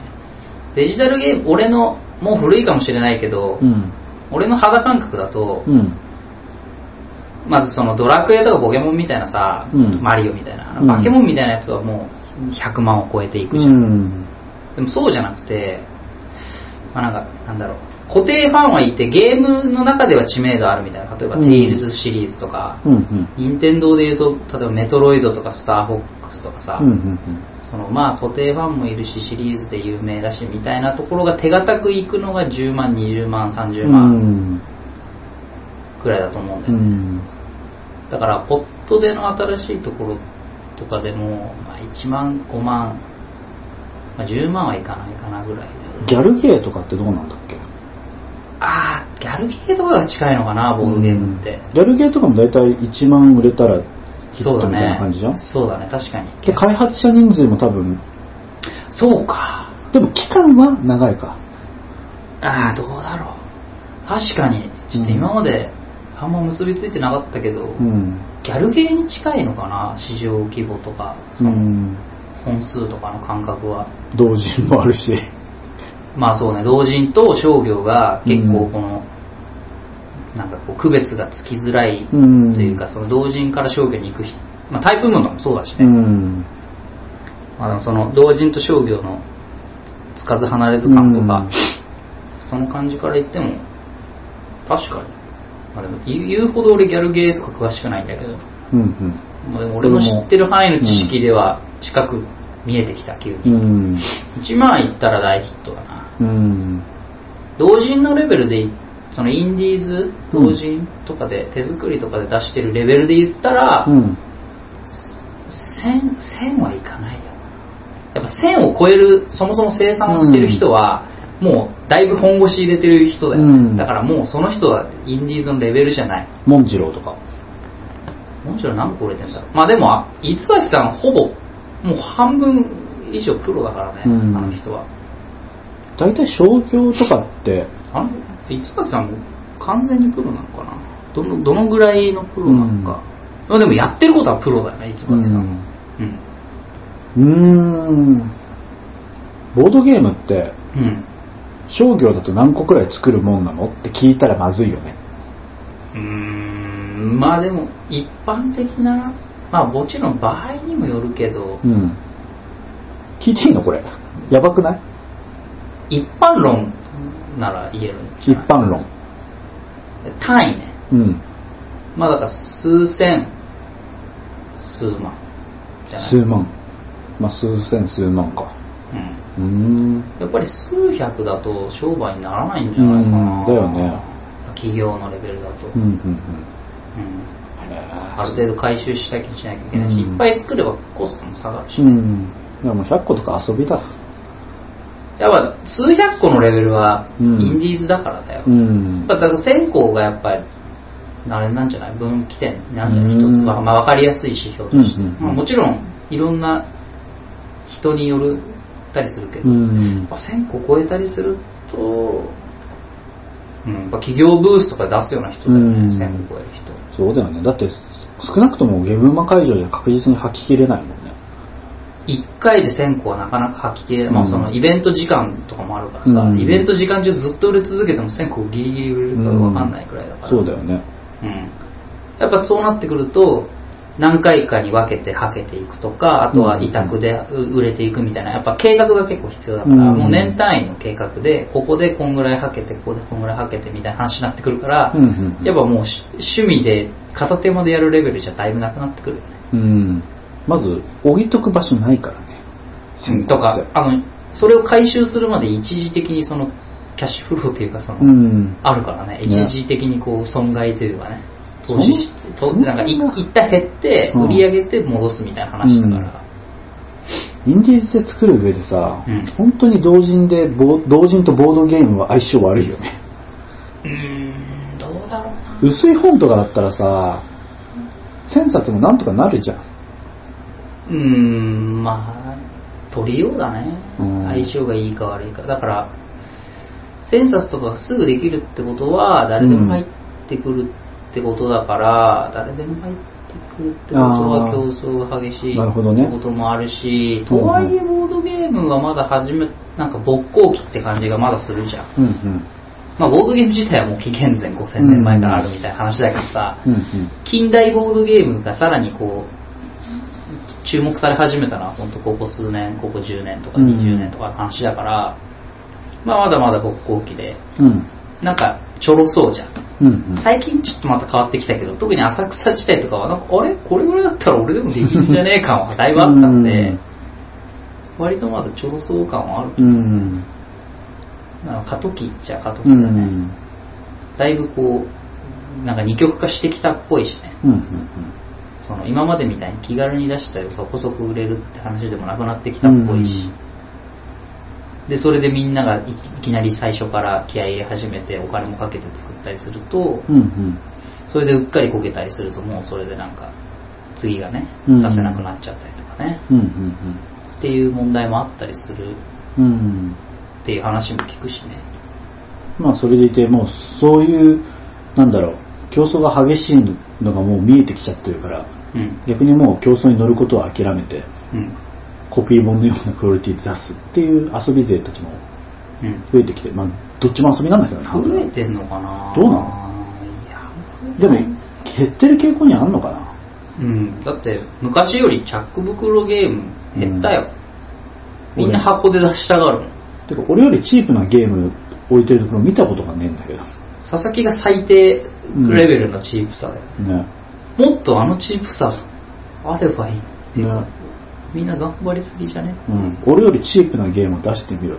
S1: デジタルゲーム俺のもう古いかもしれないけど、
S2: うん。
S1: 俺の肌感覚だと、
S2: うん。
S1: まずそのドラクエとかポケモンみたいなさ、
S2: うん
S1: マリオみたいな
S2: うん
S1: バケモンみたいなやつはもう100万を超えていくじゃん、
S2: ん。
S1: でもそうじゃなくて、まあ、なんかなんだろう固定ファンはいてゲームの中では知名度あるみたいな例えば、
S2: うん
S1: テイルズシリーズとか
S2: うん。うん。
S1: 任天堂でいうと例えばメトロイドとかスターフォックスとかさ、
S2: うん。うん。
S1: そのまあ固定ファンもいるしシリーズで有名だしみたいなところが手堅くいくのが10万20万30
S2: う
S1: 万
S2: ん
S1: くらいだと思うんだ
S2: う
S1: よ、
S2: ん
S1: だからポットでの新しいところとかでも、まあ、1万5万、まあ、10万はいかないかなぐらいで
S2: ギャルゲーとかってどうなんだっけ
S1: あギャルゲーとかが近いのかな、ボードゲームって。
S2: ギャルゲーとかも大体1万売れたらヒッ
S1: そう
S2: ト
S1: だ
S2: みたいな
S1: ね
S2: 感じじゃん、。
S1: そうだね、確かに。
S2: で開発者人数も多分
S1: そうか。
S2: でも期間は長いか
S1: ああ、どうだろう。確かに、ちょっと今まであんま結びついてなかったけど、
S2: うん
S1: ギャルゲーに近いのかな、市場規模とか、
S2: う
S1: その
S2: ん
S1: 本数とかの感覚は。
S2: 同人もあるし
S1: まあそうね、同人と商業が結
S2: う
S1: 構
S2: ん
S1: この、なんかこう区別がつきづらいと
S2: うん
S1: いうか、その同人から商業に行く人、まあタイプ分とかもそうだし
S2: う
S1: ね、
S2: ん
S1: まあでもその同人と商業のつかず離れず感とか、その感じから言っても、確かに。まあでも言う言うほど俺ギャルゲーとか詳しくないんだけど、
S2: うんうん
S1: まあでも俺の知ってる範囲の知識では近く見えてきた、急に。
S2: うん
S1: 1万いったら大ヒットだな。
S2: うん
S1: 同人のレベルでいそのインディーズ同人とかで、手作りとかで出してるレベルで言ったら、
S2: うん
S1: 1000はいかないよやっぱ1000を超えるそもそも生産をしてる人は、もうだいぶ本腰入れてる人だよ、
S2: うん
S1: だからもうその人はインディーズのレベルじゃない
S2: モンジローとか
S1: もちろん何個売れてんだろうまあでもあ五崎さんほぼもう半分以上プロだからね、
S2: うん
S1: あの人は
S2: 大体商業とかって
S1: あの市崎さんも完全にプロなのかなどのどのぐらいのプロなのか、まあでもやってることはプロだよね市
S2: う
S1: 崎さん、うん
S2: んうーんボードゲームって
S1: うん
S2: 商業だと何個くらい作るもんなのって聞いたらまずいよね
S1: うーんまあでも一般的なまあもちろん場合にもよるけど
S2: うん聞いていいのこれやばくない
S1: 一般論なら言えるんじゃ
S2: 一
S1: ない
S2: 般論
S1: 単位ね
S2: うん
S1: まあだから数千数万じゃない
S2: 数万まあ数千数万か
S1: うん
S2: うーん
S1: やっぱり数百だと商売にならないんじゃないかな、
S2: うんだよね
S1: 企業のレベルだと、
S2: うんう
S1: うん
S2: んうんへ
S1: ある
S2: ー
S1: 程度回収したきしなきゃいけないし、
S2: うん
S1: いっぱい作ればコストも下がるし、
S2: うんだからもう100個とか遊びだ
S1: やっぱ数百個のレベルはイ
S2: うん
S1: ンディーズだからだよ、
S2: うん
S1: だから1000個がやっぱりあれなんじゃない分岐点なんじゃない一
S2: うん
S1: つ、まあ、まあ分かりやすい指標として、
S2: うんうんうん
S1: まあ、もちろんいろんな人によるたりするけど、
S2: うん
S1: やっぱ1000個超えたりすると、うん、やっぱ企業ブースとか出すような人だよ
S2: うん
S1: ね、1000個超える人。
S2: そうだよねだって少なくともゲームマ会場で確実に吐ききれないもんね
S1: 1回で1000個はなかなか吐ききれ、
S2: うん
S1: まあそのイベント時間とかもあるからさ、
S2: うん
S1: イベント時間中ずっと売れ続けても1000個ギリギリ売れるか分かんないくらいだから、
S2: そうだよね
S1: うんやっぱそうなってくると、何回かに分けてはけていくとか、あとは委託でう売れていくみたいな、やっぱ計画が結構必要だから、
S2: うん
S1: もう年単位の計画で、ここでこんぐらいはけて、ここでこんぐらいはけてみたいな話になってくるから、
S2: うんうん
S1: やっぱもうし趣味で片手間でやるレベルじゃだいぶなくなってくるよね。
S2: うんまず置いとく場所ないからね1000個
S1: と
S2: っ
S1: か、
S2: て
S1: あの、それを回収するまで一時的にそのキャッシュフローというかその、
S2: うん
S1: あるからね、一
S2: ね
S1: 時的にこう損害というかね、
S2: そ
S1: 投
S2: ん
S1: 資し、と
S2: そん
S1: な
S2: な
S1: んかい
S2: んだ
S1: 一旦減って、
S2: うん
S1: 売り上げて戻すみたいな話だから、
S2: インディーズで作る上でさ、
S1: うん
S2: 本当に同人でボー同人とボードゲームは相性悪いよね
S1: うーん、どうだろうな。
S2: 薄い本とかだったらさ1000冊もなんとかなるじゃん
S1: うーん、まあ、取りようだね
S2: うん。
S1: 相性がいいか悪いか。だから、センサスとかがすぐできるってことは、誰でも入ってくるってことだから、誰でも入ってくるってこと
S2: あ
S1: は
S2: ー
S1: 競争が激しい
S2: なるほど
S1: っ
S2: ね
S1: てこともあるし、
S2: うんうん
S1: とはいえボードゲームはまだ始め、なんか勃興期って感じがまだするじゃん。
S2: うんうん
S1: まあ、ボードゲーム自体はもう紀元前5000年前からあるみたいな話だけどさ、
S2: うんうん
S1: 近代ボードゲームがさらにこう注目され始めたのは本当ここ数年ここ10年とか
S2: うん
S1: 20年とかの話だから、まあ、まだまだ勃興期で
S2: うん
S1: なんかちょろそうじゃん
S2: うんうん
S1: 最近ちょっとまた変わってきたけど特に浅草自体とかはなんかあれこれぐらいだったら俺でもできるんじゃねえ感はだいぶあったんで割とまだちょろそう感はある
S2: うん
S1: なんか過渡期っちゃ過渡期
S2: う
S1: だ
S2: ん
S1: ね、だいぶこうなんか二極化してきたっぽいしね
S2: うんうん
S1: その今までみたいに気軽に出したらそこそこ売れるって話でもなくなってきたっぽいし、でそれでみんながいきいきなり最初から気合い入れ始めてお金もかけて作ったりすると
S2: うんうん
S1: それでうっかりこけたりするともうそれでなんか次がね
S2: う
S1: 出
S2: ん
S1: せなくなっちゃったりとかね、
S2: うんうん
S1: っていう問題もあったりする
S2: うんうん
S1: っていう話も聞くしね
S2: まあそれでいてもうそういうなんだろう競争が激しいのがもう見えてきちゃってるから
S1: うん
S2: 逆にもう競争に乗ることは諦めて
S1: うん
S2: コピー本のようなクオリティで出すっていう遊び勢たちも
S1: うん
S2: 増えてきてまあどっちも遊びなんだけどな
S1: 増えてんのかな
S2: どうなの
S1: いや
S2: でも減ってる傾向にあんのかな
S1: うんだって昔よりチャック袋ゲーム減ったよ、
S2: うん
S1: みんな箱で出したがるもん
S2: てか俺よりチープなゲーム置いてるところ見たことがねえんだけど
S1: 佐々木が最低レベルのチープさだよ、
S2: ね
S1: もっとあのチープさあればいいっていうか、
S2: ね
S1: みんな頑張りすぎじゃね
S2: うん俺よりチープなゲームを出してみろ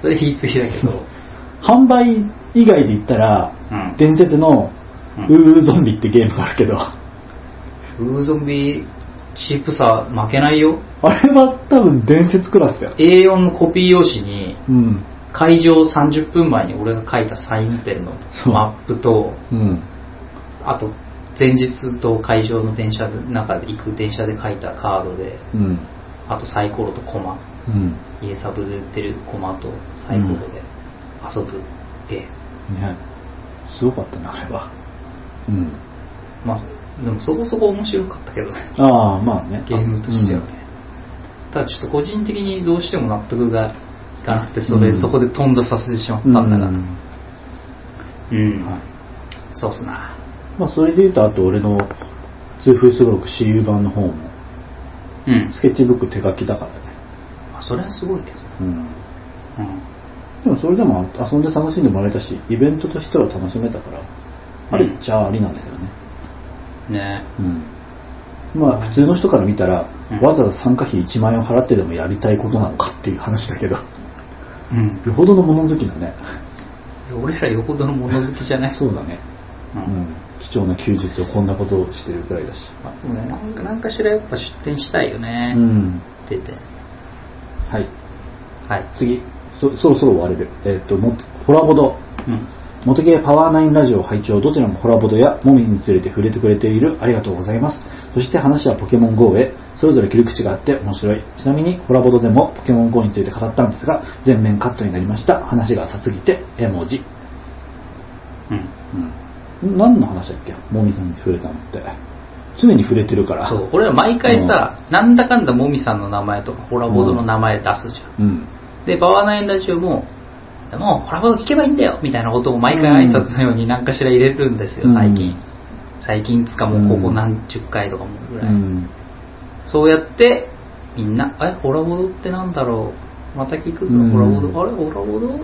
S1: それ言い過ぎだけど
S2: 販売以外で言ったら
S1: うん
S2: 伝説の
S1: う
S2: ウーウーゾンビってゲームがあるけど
S1: ウーゾンビチープさ負けないよ
S2: あれは多分伝説クラスだよ。
S1: A4 のコピー用紙に
S2: うん。
S1: 会場30分前に俺が書いたサインペンの
S2: そう
S1: マップと
S2: うん。
S1: あと前日と会場の電車の中で行く電車で書いたカードで
S2: うん。
S1: あとサイコロとコマ
S2: うん。
S1: 家サブで売ってるコマとサイコロで遊ぶゲーム、
S2: ね。すごかったな、あれは。うん。
S1: まあでもそこそこ面白かったけどね
S2: ああ、まあね。
S1: ゲームとしてはね、ただちょっと個人的にどうしても納得がいかなくてそれ、
S2: うん
S1: そこで飛んださせてしまった
S2: うんん。
S1: だが
S2: うん
S1: うん
S2: はい
S1: そうっすな
S2: まあ、それで言うと、あと俺の通風すごく私有版の方も、
S1: うん
S2: スケッチブック手書きだからね。
S1: あそれはすごいけど、
S2: うん。
S1: うん、
S2: でもそれでも遊んで楽しんでもらえたし、イベントとしては楽しめたから、あれっちゃありなんだけどね。
S1: ね
S2: うん。まあ、普通の人から見たら、
S1: うん
S2: わざわざ参加費1万円を払ってでもやりたいことなのかっていう話だけど。
S1: うん
S2: よほどの物好きだね。
S1: 俺らよほどの物好きじゃない
S2: そうだね。
S1: う
S2: うんん。貴重な休日をこんなことをしてるくらいだし。
S1: まあでもねなんかなんかしらやっぱ出店したいよね、
S2: うん。
S1: 出て
S2: はい。
S1: はい
S2: 次。そ、そろそろ終われる。えっ、と、も、ホラボド。
S1: うん
S2: モテゲーパワーナインラジオ拝聴どちらもホラボドやモミにつれて触れてくれているありがとうございますそして話はポケモン GO へそれぞれ切り口があって面白いちなみにホラボドでもポケモン GO について語ったんですが全面カットになりました話が浅すぎて絵文字
S1: うん
S2: うん何の話だっけモミさんに触れたのって常に触れてるから
S1: そう俺ら毎回さ、なんだかんだもみさんの名前とかホラボードの名前出すじゃん、
S2: うん
S1: で、バワーナインラジオも、もうコラボ聞けばいいんだよみたいなことを毎回挨拶のように何かしら入れるんですよ、
S2: うん
S1: 最近。最近つかもうここ
S2: うん
S1: 何十回とかもぐ
S2: う
S1: らい。
S2: ん
S1: そうやって、みんな、え、ホラボドってなんだろうまた聞くぞ、
S2: うん
S1: ホラボド。あれ、ホラボドえ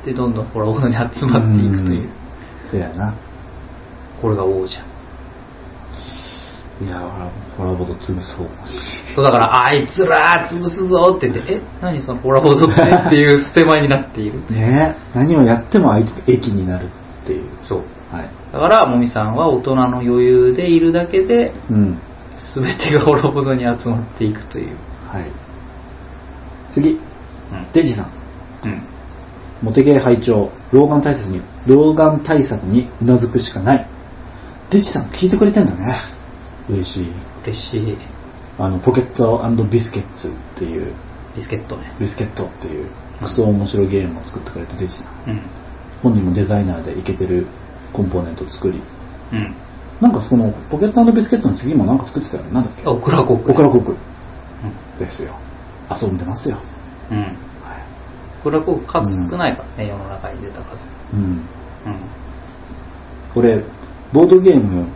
S1: つってどんどんホラボドに集まっていくという。
S2: んそうやな
S1: これが王者。
S2: いやホラホラボド潰そう
S1: そうだから、あいつら潰すぞって言って、え、何そのホラボドってっていうステマになっている。
S2: ねえ何をやっても相手と駅になるっていう
S1: そう。
S2: はい
S1: だから、もみさんは大人の余裕でいるだけで、
S2: うん
S1: 全てが滅ぼどに集まっていくという。
S2: はい。次、
S1: うん。
S2: デジさん。
S1: うん。
S2: モテゲー拝聴老眼対策に、老眼対策にうなずくしかない。デジさん聞いてくれてんだね。嬉しい。
S1: 嬉しい。
S2: あの、ポケットビスケッツっていう、
S1: ビスケットね。
S2: ビスケットっていう、クソ面白いゲームを作ってくれたデジさん。
S1: うん。
S2: 本人もデザイナーでイケてるコンポーネントを作り、
S1: うん。
S2: なんかその、ポケットビスケットの次もなんか作ってたよね。なんだっけ
S1: あ、オクラ国。
S2: オクラ国ですよ。遊んでますよ。
S1: うん。うん。
S2: はい。
S1: オクラ国数少ないからね、世の中に出た数。
S2: うん。
S1: うん。
S2: 俺ボードゲーム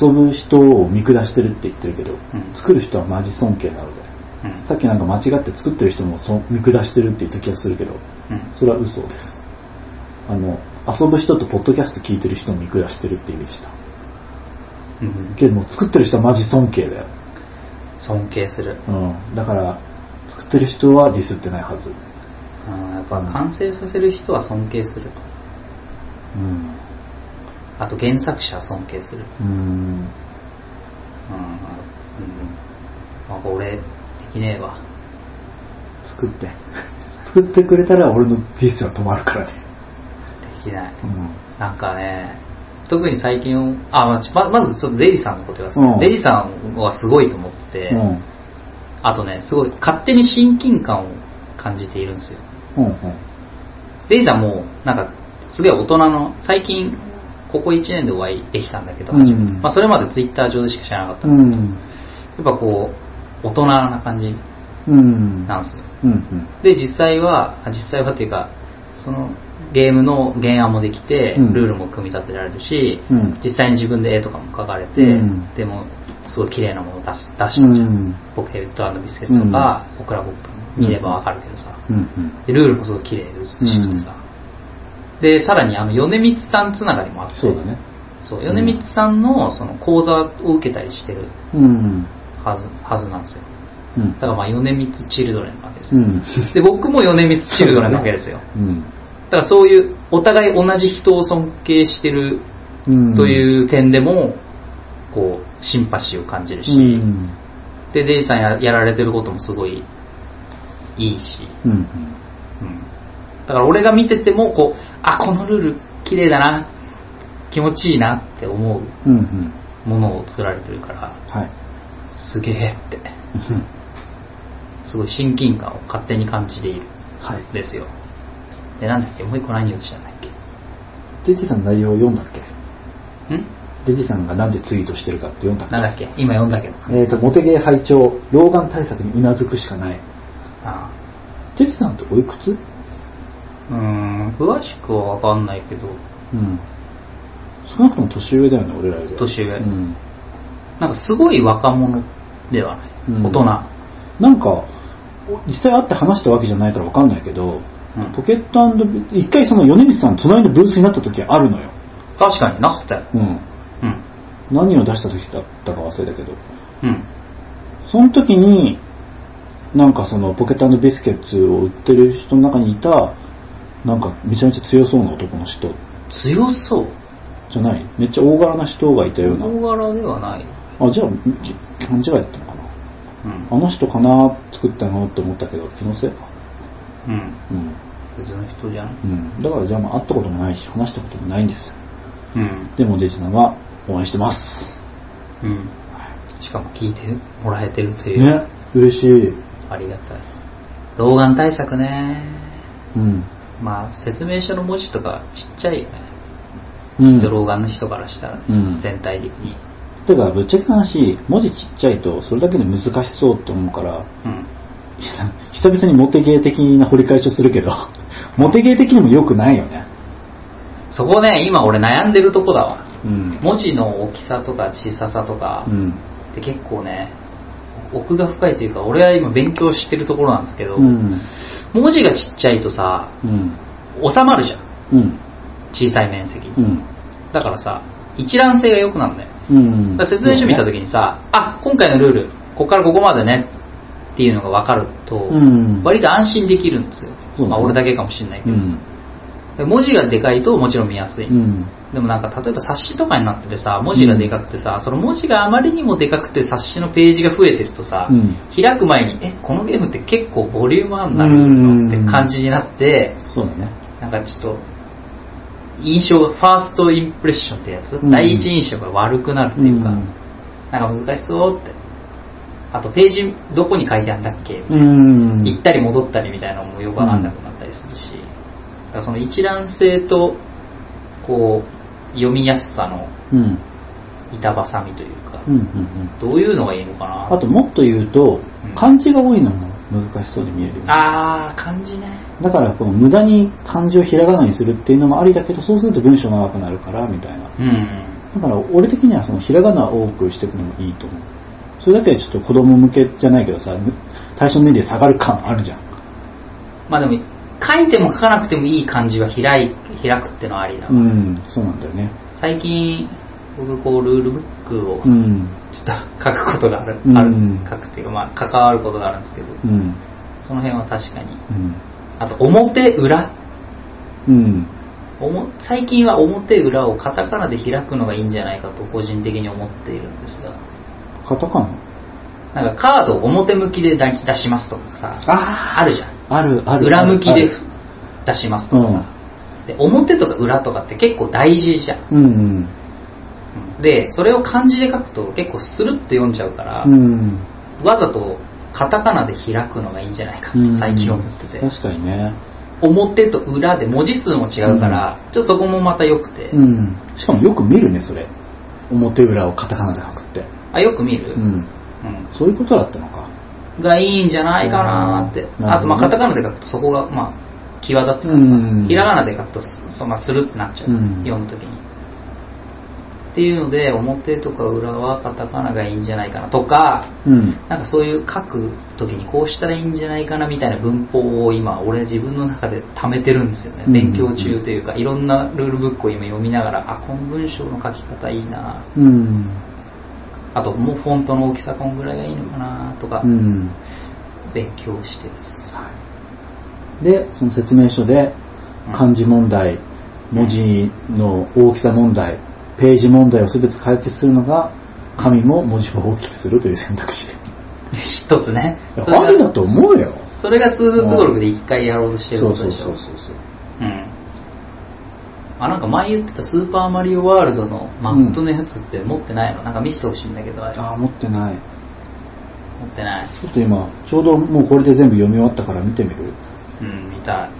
S2: 遊ぶ人を見下してるって言ってるけど、
S1: ん
S2: 作る人はマジ尊敬なので
S1: うん。
S2: さっきなんか間違って作ってる人もそ見下してるって言った気がするけど
S1: うん。
S2: それは嘘ですあの遊ぶ人とポッドキャスト聞いてる人を見下してるって意味でした
S1: うん。
S2: けども作ってる人はマジ尊敬だよ、
S1: 尊敬する。
S2: うん、だから作ってる人はディスってないはず、
S1: うん。やっぱ完成させる人は尊敬する。
S2: うん、
S1: あと原作者は尊敬する。
S2: うん
S1: うん。うん。なんか俺、できねえわ。
S2: 作って。 作ってくれたら俺のディスは止まるからね。
S1: できない。
S2: うん。
S1: なんかね、特に最近、あ、まあちままずちょっとデイジさんのこと言わせて、
S2: うん
S1: デイジさんはすごいと思ってて、
S2: うん。
S1: あとね、すごい勝手に親近感を感じているんですよ。
S2: うん。うん。
S1: デイジさんも、なんか、すげえ大人の、最近、ここ1年でお会いできたんだけど、
S2: うん
S1: 初めてまあ、それまでツイッター上でしか知らなかった。
S2: う
S1: や
S2: ん。
S1: っぱこう、大人な感じ
S2: うん。
S1: なんですよ。
S2: うん。うん。
S1: で、実際は、あ実際はっていうか、そのゲームの原案もできて、
S2: うん
S1: ルールも組み立てられるし、
S2: うん
S1: 実際に自分で絵とかも描かれて、
S2: うん
S1: でも、すごい綺麗なものを出し出したじ
S2: う
S1: ゃん。
S2: ん。
S1: ポケットビスケットとか、オクラボップとか見ればわかるけどさ、
S2: うん。
S1: でルールもすごい綺麗で美しくてさ、で、さらにあの、米光さんつながりもあって、
S2: そうだね。
S1: そう、米光さんのその講座を受けたりしてる
S2: うん。
S1: はずはずなんですよ。
S2: うん
S1: だ。からまあ、米光チルドレンなわけです
S2: う
S1: よ。
S2: ん。
S1: で、僕も米光チルドレンなわけですよ。
S2: うん。
S1: だからそういう、お互い同じ人を尊敬してる
S2: うん。
S1: と
S2: う
S1: いう点でも、こう、シンパシーを感じるし、
S2: ん。
S1: で、デイさんややられてることもすごいいいし、
S2: うん。
S1: うん。だから俺が見てても、こう、あ、このルール綺麗だな、気持ちいいなって思う
S2: うん。うん。
S1: ものを作られてるから、
S2: はい。
S1: すげえって、
S2: うん。
S1: すごい親近感を勝手に感じている
S2: はい。
S1: んですよ。で、なんだっけ、もう一個何をしたんだっ
S2: デジさんの内容を読んだっけ
S1: けん
S2: デジさんがなんでツイートしてるかって読んだっけ
S1: なんだっけ今読んだけど。
S2: えっ、と、モテゲー拝聴、老眼対策にうなずくしかない。
S1: ああ
S2: テジさんっておいくつ
S1: うーん、詳しくはわかんないけど、
S2: うん。少なくとも年上だよね、俺らより。
S1: 年上
S2: うん。
S1: なんかすごい若者ではない。
S2: うん
S1: 大人。
S2: なんか、実際会って話したわけじゃないからわかんないけど、
S1: うん
S2: ポケットビ一回その米光さんの隣のブースになった時あるのよ。
S1: 確かになってたよ。
S2: うん。
S1: うん。
S2: 何を出した時だったか忘れたけど。
S1: うん。
S2: その時に、なんかそのポケットビスケッツを売ってる人の中にいた、なんかめちゃめちゃ強そうな男の人
S1: 強そう。
S2: じゃないめっちゃ大柄な人がいたような。
S1: 大柄ではない。
S2: あ、じゃあ、き勘違いだったのかな。
S1: うん
S2: あ。の人かな作ったのって思ったけど、気のせいか。
S1: うん。
S2: うん。
S1: 別の人じゃない
S2: うん。だからじゃあ、まあ、会ったこともないし、話したこともないんですよ。
S1: うん。
S2: でも、デジさんは応援してます。
S1: うん。しかも聞いてもらえてるという。
S2: ね。嬉しい。
S1: ありがたい。老眼対策ね。
S2: うん。
S1: まあ、説明書の文字とかちっちゃいよね。
S2: う
S1: き
S2: ん。
S1: っと老眼の人からしたらね、
S2: うん
S1: 全体的に。
S2: てか、ぶっちゃけた話、文字ちっちゃいと、それだけで難しそうって思うから、
S1: うん。
S2: いや久々にモテゲー的な掘り返しをするけど、 モテゲー的にも良くないよね。
S1: そこね、今俺悩んでるとこだわ。
S2: うん。
S1: 文字の大きさとか小ささとか
S2: う、ん。
S1: って結構ね、奥が深いというか、俺は今勉強してるところなんですけど、
S2: うん。
S1: 文字がちっちゃいとさ、
S2: うん。
S1: 収まるじゃん。
S2: うん。
S1: 小さい面積に。
S2: うん。
S1: だからさ、一覧性が良くなるんだよ。
S2: うん。
S1: だから説明書見た時にさ、あ、今回のルール、ここからここまでね、っていうのが分かると、
S2: うん。
S1: 割と安心できるんですよ。
S2: そうだね
S1: まあ俺だけかもしれないけ
S2: う
S1: ど。
S2: ん。
S1: で文字がでかいともちろん見やすい。
S2: うん。
S1: でもなんか例えば冊子とかになっててさ、文字がでかくてさ、その文字があまりにもでかくて冊子のページが増えてるとさ、
S2: うん
S1: 開く前に、え、このゲームって結構ボリュームあんなのって感じになって、
S2: そうだね。
S1: なんかちょっと、印象、ファーストインプレッションってやつ、
S2: うん
S1: 第一印象が悪くなるっていうか、
S2: うん
S1: なんか難しそうって。あとページどこに書いてあったっけ、
S2: うん。
S1: 行ったり戻ったりみたいなのもよくわかんなくなったりするし、だからその一覧性と、こう、読みやすさの
S2: うん。
S1: 板挟みというか
S2: う、んうんうん。
S1: どういうのがいいのかな
S2: あともっと言うと
S1: うん、
S2: 漢字が多いのも難しそうに見えるよね。
S1: あー、漢字ね。
S2: だから、この無駄に漢字をひらがなにするっていうのもありだけど、そうすると文章長くなるから、みたいな。
S1: うん。
S2: だから、俺的にはそのひらがなを多くしていくのもいいと思う。それだけちょっと子供向けじゃないけどさ、対象年齢下がる感あるじゃん。
S1: まあでも、書いても書かなくてもいい漢字は開い開くってのはありだわ、
S2: うん、そうなんだよね。
S1: 最近、僕こう、ルールブックをち
S2: う
S1: ょ
S2: ん、
S1: っと書くことがある、
S2: うん
S1: ある書くっていうか、まあ、関わることがあるんですけど、
S2: うん、
S1: その辺は確かに。
S2: うん、
S1: あと、表、裏。
S2: うん、
S1: おも最近は表裏をカタカナで開くのがいいんじゃないかと個人的に思っているんですが、
S2: カタカナ
S1: なんかカードを表向きで出し出しますとかさ、
S2: あ
S1: あるじゃん。
S2: あるある
S1: 裏向き
S2: あ
S1: で
S2: る
S1: 出しますとかさ、で表とか裏とかって結構大事じゃん
S2: うんうん
S1: でそれを漢字で書くと結構スルッて読んじゃうから、
S2: うん
S1: わざとカタカナで開くのがいいんじゃないかって
S2: うん
S1: 最近思ってて、
S2: 確かにね
S1: 表と裏で文字数も違うから、ちょっとそこもまた良くて、
S2: うんしかもよく見るねそれ表裏をカタカナで書くって
S1: あよく見る、
S2: う
S1: うん
S2: んそういうことだったのか
S1: がいいんじゃないかなーって、
S2: うん
S1: あとまあカ
S2: なる
S1: タカナで書くとそこがまあ際立つからさ、
S2: うん
S1: ひらがなで書くとすそ、まあ、スルッてなっちゃう、
S2: うん
S1: 読むときにっていうので表とか裏はカタカナがいいんじゃないかなとか
S2: うん
S1: なんかそういう書くときにこうしたらいいんじゃないかなみたいな文法を今俺自分の中で貯めてるんですよね
S2: うん
S1: 勉強中というかいろんなルールブックを今読みながらあこの文章の書き方いいな
S2: うん
S1: あともうフォントの大きさこんぐらいがいいのかなとか
S2: うん
S1: 勉強してるっす
S2: でその説明書で漢字問題文字の大きさ問題ページ問題を全て解決するのが紙も文字を大きくするという選択肢
S1: 一つねそ
S2: あ
S1: れ
S2: りだ
S1: が
S2: と思うよ
S1: それがツールスゴルフで一回やろうとしてることでしょ
S2: そうそう
S1: うんあなんか前言ってた「スーパーマリオワールド」のマップのやつって持ってないの、なんか見せてほしいんだけどあれ持
S2: ああ持ってない
S1: ってない
S2: ちょっと今ちょうどもうこれで全部読み終わったから見てみる
S1: うん見たい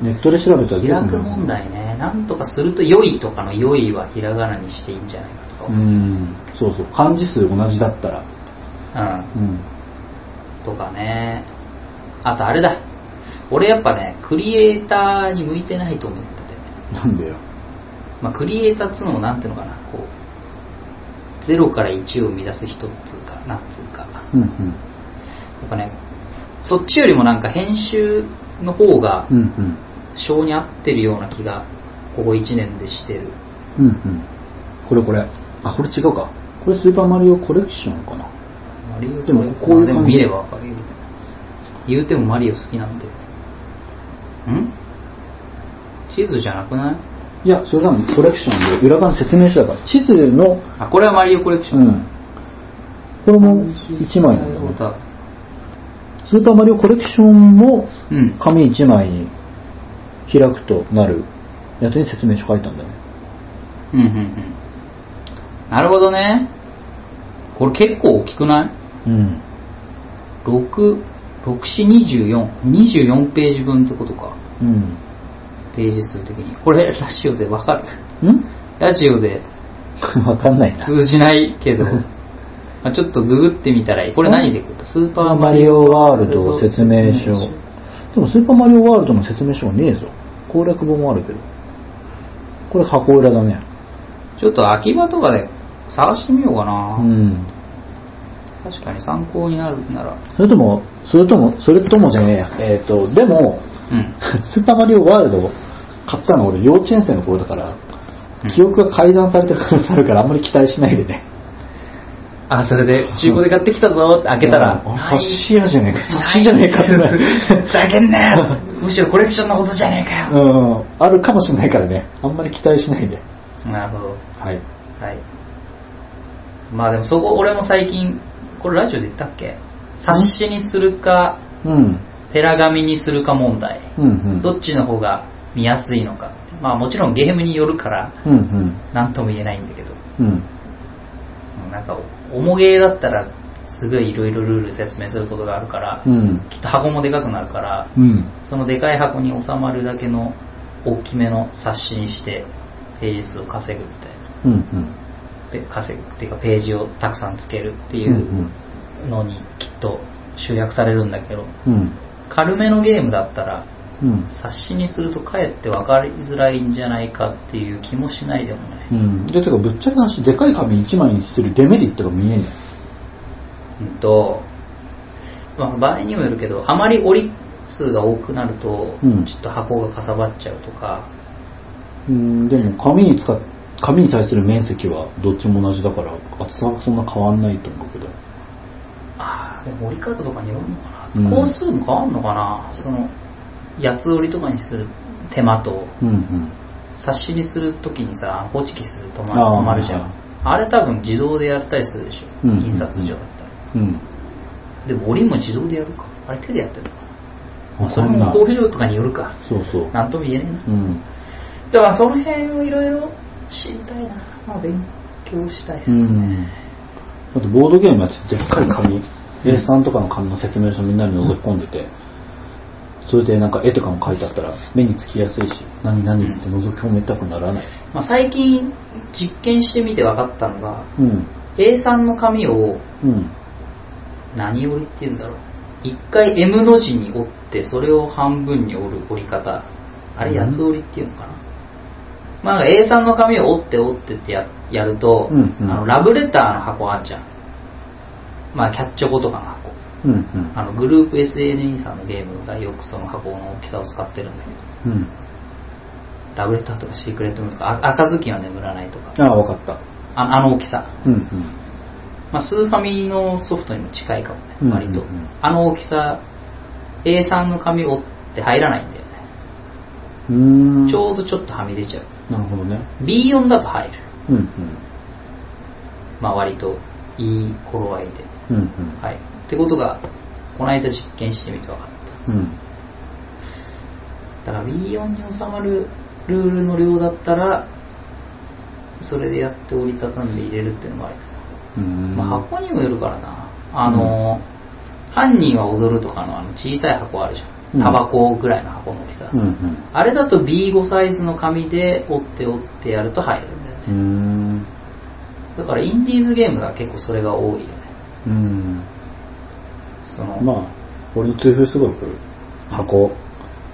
S2: ネットで調べたら出て
S1: 開
S2: く
S1: く
S2: る
S1: 問題ねなんとかすると「良い」とかの「良い」はひらがなにしていいんじゃないかとか、
S2: う
S1: うん
S2: んそうそう漢字数同じだったらうん
S1: とかねあとあれだ俺やっぱねクリエイターに向いてないと思ってて、
S2: なんだよ
S1: まあ、クリエイターっつうのもなんていうのかなこう0から1を生み出す人っつうかなんつうかや
S2: うんうん
S1: っぱねそっちよりもなんか編集の方が
S2: うんうん
S1: 性に合ってるような気がここ1年でしてる
S2: うんうんこれこれあこれ違うかこれスーパーマリオコレクションかな
S1: マリオ
S2: でもこういう感じ
S1: でも見ればわかるよ言うてもマリオ好きなんでん地図じゃなくない
S2: いやそれ多分コレクションで裏側の説明書だから地図の
S1: あこれはマリオコレクショ
S2: う
S1: ン、
S2: んこれも1枚なんだねスーパーマリオコレクションも
S1: うん
S2: 紙1枚に開くとなるやつに説明書書いたんだね
S1: うんうんうんなるほどねこれ結構大きくない
S2: うん
S1: 6 6四24、24ページ分ってことか。
S2: うん
S1: ページ数的に。これ、ラジオでわか る
S2: ん
S1: ラジオで
S2: わかんないな
S1: 通じないけ ど、まあちょっとググってみたらいい。これ何でググったスー
S2: スー
S1: パ
S2: パー
S1: ーマ
S2: マ
S1: リ
S2: リ
S1: オ
S2: オ
S1: ワ
S2: ワ
S1: ー
S2: ー
S1: ル
S2: ル
S1: ド
S2: ド
S1: 説
S2: 説
S1: 明
S2: 明
S1: 書
S2: 書。でもスーパーマリオワールドの説明書はねえぞ。攻略本もあるけど。これ箱裏だね。
S1: ちょっと秋葉とかで探してみようか
S2: う
S1: な。
S2: ん。
S1: 確かに参考になるなら。
S2: それとも、それとも、それともじゃねえや。えっ、と、でも、
S1: うん。
S2: スーパーマリオワールドを買ったの俺幼稚園生の頃だから、記憶が改ざんされてる可能性あるからあんまり期待しないでね。
S1: あ、それで中古で買ってきたぞって開けたら。
S2: うん俺察しやじゃねえか。察しじゃねえかってな
S1: ふざけんなよむしろコレクションのことじゃねえかよ。
S2: うん。あるかもしれないからね。あんまり期待しないで。
S1: なるほど。
S2: はい。
S1: はい。まあでもそこ俺も最近、これラジオで言ったっけ冊子にするか、
S2: うん。
S1: ペラ紙にするか問題。
S2: うんうん。
S1: どっちの方が見やすいのかってまあもちろんゲームによるから
S2: うんうん。
S1: 何とも言えないんだけど
S2: うん。
S1: なんか重ゲーだったらすごいいろいろルール説明することがあるから、
S2: うん。
S1: きっと箱もでかくなるから
S2: うん。
S1: そのでかい箱に収まるだけの大きめの冊子にしてページ数を稼ぐみたいな
S2: うんうん。
S1: ペ稼ぐっていうかページをたくさんつけるってい
S2: うん
S1: うのにきっと集約されるんだけど
S2: うん。うん。
S1: 軽めのゲームだったら
S2: うん。
S1: 冊子にするとかえって分かりづらいんじゃないかっていう気もしないでもない、
S2: うん。で、てか、ぶっちゃけな話、でかい紙1枚にするデメリットが見えね
S1: うんとまあ、場合にもよるけどあまり折り数が多くなると、
S2: うん
S1: ちょっと箱がかさばっちゃうとか
S2: え。うん、でも、紙に使っ、紙に対する面積はどっちも同じだから、厚さはそんな変わんないと思うけど。
S1: ああでも折り方とかによるのか
S2: うん
S1: な工数も変わんのかな、その八つ折りとかにする手間と
S2: うんうん。
S1: 冊子にするときにさホチキスで止ま
S2: あ
S1: 止
S2: ー
S1: まるじゃんあれ多分自動でやったりするでしょ、
S2: うん
S1: 印刷所だったら
S2: うん。
S1: でも檻も自動でやるか。あれ手でやってるのか
S2: あそ
S1: それ
S2: ん
S1: も
S2: な
S1: 工場とかによるか。
S2: そうそう
S1: なんとも言えねえな。
S2: うん
S1: だからその辺をいろいろ知りたいな。まあ勉強したいっす
S2: う
S1: ね。
S2: んだってボードゲームやっててでっかい紙 A3 とかの紙の説明書みんなに覗き込んでてそれでなんか絵とかも書いてあったら目につきやすいし何何って覗き込めたくならない
S1: まあ最近実験してみて分かったのが、
S2: うん。
S1: A3 の紙を
S2: うん。
S1: 何折りっていうんだろう。一回 M の字に折って、それを半分に折る折り方。あれ、
S2: うん
S1: 八つ折りっていうのかな。まあ、なんか A3 の紙を折って折ってってややると、
S2: うんうん
S1: あのラブレターの箱あんじゃん。まあ、キャッチョコとかの箱。
S2: うん。うん。
S1: あのグループ SNE さんのゲームがよくその箱の大きさを使ってるんだけど、
S2: うん。
S1: ラブレターとかシークレットムーンとか、あ赤ずきんは眠らないとか、
S2: ああ、わかった。
S1: ああの大きさ。
S2: うん。うん。
S1: まあ、スーファミのソフトにも近いかもね
S2: うん、
S1: 割と。
S2: うんうん
S1: あの大きさ、A3 の紙折って入らないんだよね。
S2: うーん。
S1: ちょうどちょっとはみ出ちゃう。
S2: なるほどね。
S1: B4 だと入る。
S2: うん。
S1: まあ、割といい頃合いで。
S2: うん。うん。
S1: はい。ってことが、この間実験してみて分かった。
S2: うん。うん。
S1: だから B4 に収まるルールの量だったら、それでやって折りたたんで入れるっていうのもありかな。
S2: うん。
S1: まあ、箱にもよるからな。あの、犯人は踊るとかのあの小さい箱あるじゃ。
S2: うんん
S1: タバコぐらいの箱の大きさ。
S2: うん。うん。
S1: あれだと B5 サイズの紙で折って折ってやると入るんだよね。
S2: うーん。
S1: だからインディーズゲームが結構それが多いよね。
S2: うん。
S1: その、
S2: まあ、俺の通風すごく、箱、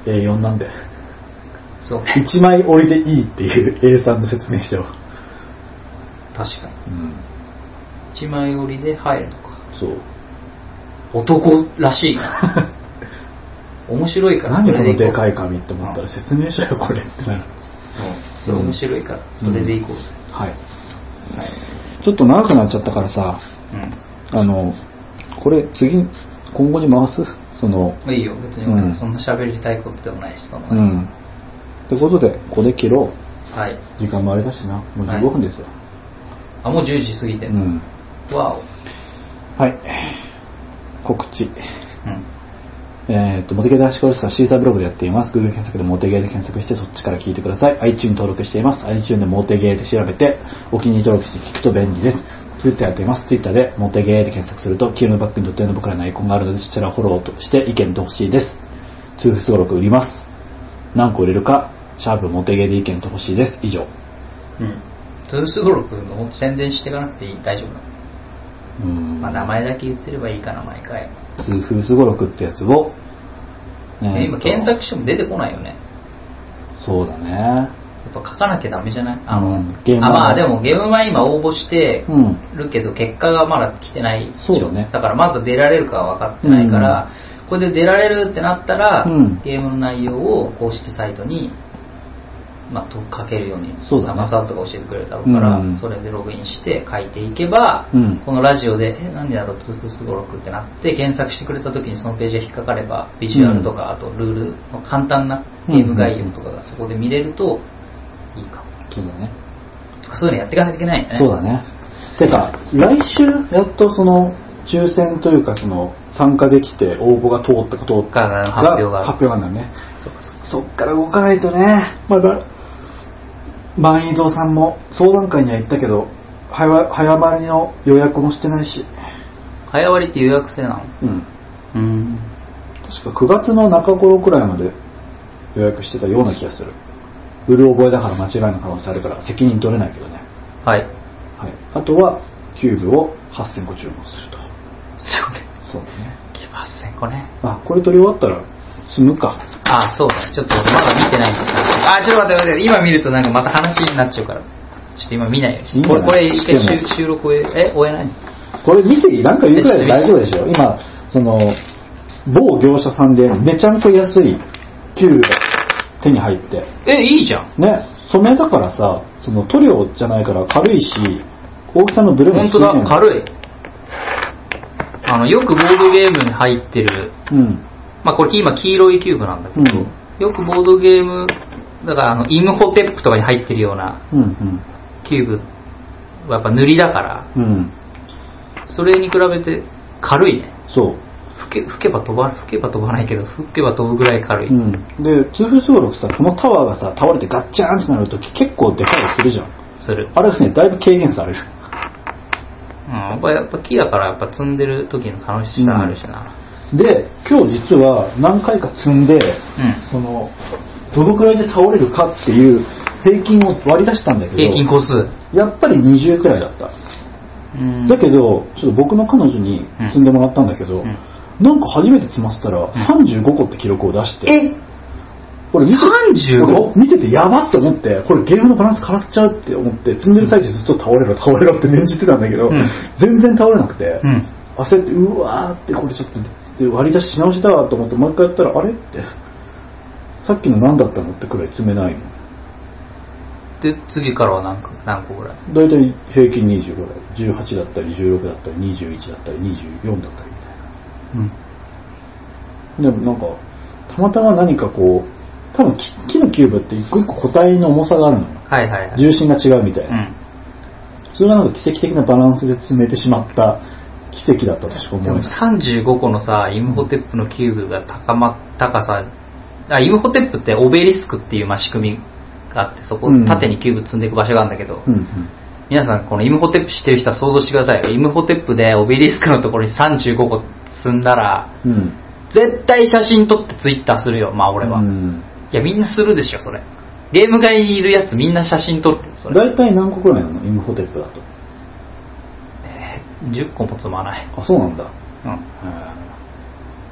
S2: A4 なんで、
S1: そうね。
S2: 1枚置いていいっていう A3 の説明書。
S1: 確かに。
S2: うん。
S1: 一枚折りで入るのか。
S2: そう。
S1: 男らしい な。面白いから
S2: 何
S1: そ
S2: こ
S1: れで
S2: の
S1: いこう。
S2: でかい紙って思ったら説明書よ、これってなる。
S1: うんそれ面白いから、それでいこうぜ。
S2: はい。
S1: はい。
S2: ちょっと長くなっちゃったからさ、
S1: うん。
S2: あの、これ次、今後に回すその、
S1: まあいいよ、別に
S2: うん
S1: 俺そんな喋りたいことでもないし、その、
S2: うん。ってことで、ここで切ろう。
S1: はい。
S2: 時間もあれだしな。もう
S1: はい
S2: 15分ですよ。
S1: あ、もう10時過ぎて
S2: うん
S1: の。
S2: ん。
S1: わお。
S2: はい。告知。
S1: うん。
S2: えっ、と、モテゲー男子講師はシーサーブログでやっています。Google 検索でモテゲーで検索してそっちから聞いてください。iTune 登録しています。iTune でモテゲーで調べて、お気に入り登録して聞くと便利です。Twitter やっています。Twitter でモテゲーで検索すると、キームバックにとっての僕らのアイコンがあるので、そちらをフォローとして意見とほしいです。通風登録売ります。何個売れるか、シャープモテゲーで意見とほしいです。以上。
S1: うん。トゥースドロップの宣伝していかなくていい大丈夫なの、
S2: うん
S1: まあ、名前だけ言ってればいいかな、毎回。
S2: 通風すごろくってやつを、
S1: え
S2: えー
S1: 今
S2: と
S1: 検索しても出てこないよね。
S2: そうだね
S1: やっぱ書かなきゃダメじゃないあの、
S2: うんゲーム
S1: あ、
S2: は
S1: まあでもゲームは今応募して
S2: うん
S1: るけど、結果がまだ来てないでしょ
S2: そうだね
S1: からまず出られるかは分かってないから、これで出られるってなったら、
S2: うん
S1: ゲームの内容を公式サイトに、まあ、と書けるように、
S2: そうだね
S1: 長澤とか教えてくれるだろうから、
S2: うん
S1: それでログインして書いていけば、
S2: うん
S1: このラジオで、え、何だろう、通風すごろくってなって、検索してくれた時にそのページが引っかかれば、ビジュアルとか、あとルールの簡単なゲーム概要とかがそこで見れるといいかも。
S2: そうだね
S1: そういうのやっていかなきゃいけないよね。
S2: そうだねてか来週やっとその抽選というかその参加できて応募が通ったか通った
S1: から発表がある
S2: 発表があるんだよね
S1: そうかそうか
S2: そっから動かないとねまだ満員堂さんも相談会には行ったけど早早まりの予約もしてないし
S1: 早割りって予約制なの
S2: うん
S1: うん。
S2: 確か9月の中頃くらいまで予約してたような気がする売る覚えだから間違いの可能性あるから責任取れないけどね、
S1: はい。
S2: はい、あとはキューブを8000個注文すると
S1: それ、
S2: そうだね
S1: 来ません、これ。
S2: あこれ取り終わったら済むか
S1: あ、そうだ。ちょっと俺まだ見てないんだあ、ちょっと待って待って。今見るとなんかまた話になっちゃうから。ちょっと今見ないようにし
S2: いいんじ
S1: こ
S2: ゃ
S1: れ、
S2: ない
S1: これ一回
S2: しても
S1: 収収録終え、え、終えない
S2: これ見ていいなんか言うくらいで大丈夫でしょ 今その某業者さんでめちゃんと安いキューブが手に入って
S1: え、いいじゃん。
S2: ね染めだからさその塗料じゃないから軽いし大きさのブレも
S1: 本
S2: 低
S1: 当
S2: い
S1: だ、
S2: い
S1: 軽い。あの、よくボードゲームに入ってる、
S2: うん
S1: まあこれ今黄色いキューブなんだけど、
S2: うん
S1: よくボードゲーム、だからあの、イムホテップとかに入ってるような
S2: うん
S1: キューブはやっぱ塗りだから、
S2: うんうん
S1: それに比べて軽いね。
S2: そう。
S1: 吹け吹けば飛ば、吹けば飛ばないけど、吹けば飛ぶぐらい軽い。
S2: うん。で、通風すごろくさ、このタワーがさ、倒れてガッチャーンってなるとき結構でかいりするじゃん。
S1: する。
S2: あれがね、だいぶ軽減される。
S1: うん、やっぱやっぱ木だからやっぱ積んでる時の楽しさあるしな。
S2: で、今日実は何回か積んで、
S1: う
S2: その、どのくらいで倒れるかっていう平均を割り出したんだけ
S1: ん。
S2: ど、
S1: 平均個数。
S2: やっぱり20くらいだった。
S1: うん
S2: だけど、ちょっと僕の彼女に積んでもらったんだけど、
S1: うん
S2: なんか初めて積ませたら35個って記録を出して、
S1: え
S2: これ見て
S1: 35?
S2: 俺見ててやばって思って、これゲームのバランス変わっちゃうって思って、積んでる最中ずっと倒れろ倒れろって念じてたんだけど、
S1: うん
S2: 全然倒れなくて、
S1: うん。
S2: 焦って、うわーってこれちょっとで割り出しし直しだわと思ってもう一回やったら、あれって、さっきの何だったのってくらい積めないの。
S1: で、次からは何個何個ぐらい
S2: だいたい平均20ぐらい。18だったり16だったり21だったり24だったりみたいな。
S1: うん。
S2: でもなんか、たまたま何かこう、多分木木のキューブって一個一個個体の重さがあるのよ。
S1: はいはいはい。
S2: 重心が違うみたいうな。
S1: ん。
S2: それがなんか奇跡的なバランスで詰めてしまった奇跡だったとしか思
S1: で
S2: えな
S1: も
S2: い。
S1: 35個のさ、イムホテップのキューブが高ま、高さ、あ、イムホテップってオベリスクっていうまあ仕組みがあって、そこ
S2: うん
S1: 縦にキューブ積んでいく場所があるんだけど、
S2: うんうん。
S1: 皆さんこのイムホテップ知ってる人は想像してくださいよ。イムホテップでオベリスクのところに35個積んだら、
S2: うん。
S1: 絶対写真撮ってツイッターするよ、まあ俺は。
S2: う
S1: い
S2: ん。
S1: やみんなするでしょ、それ。ゲーム会にいるやつみんな写真撮るよ、それ。
S2: だいたい何個くらいなのイムホテップだと。
S1: 10個も積まない。
S2: あ、そうなんだ。
S1: うん。
S2: へ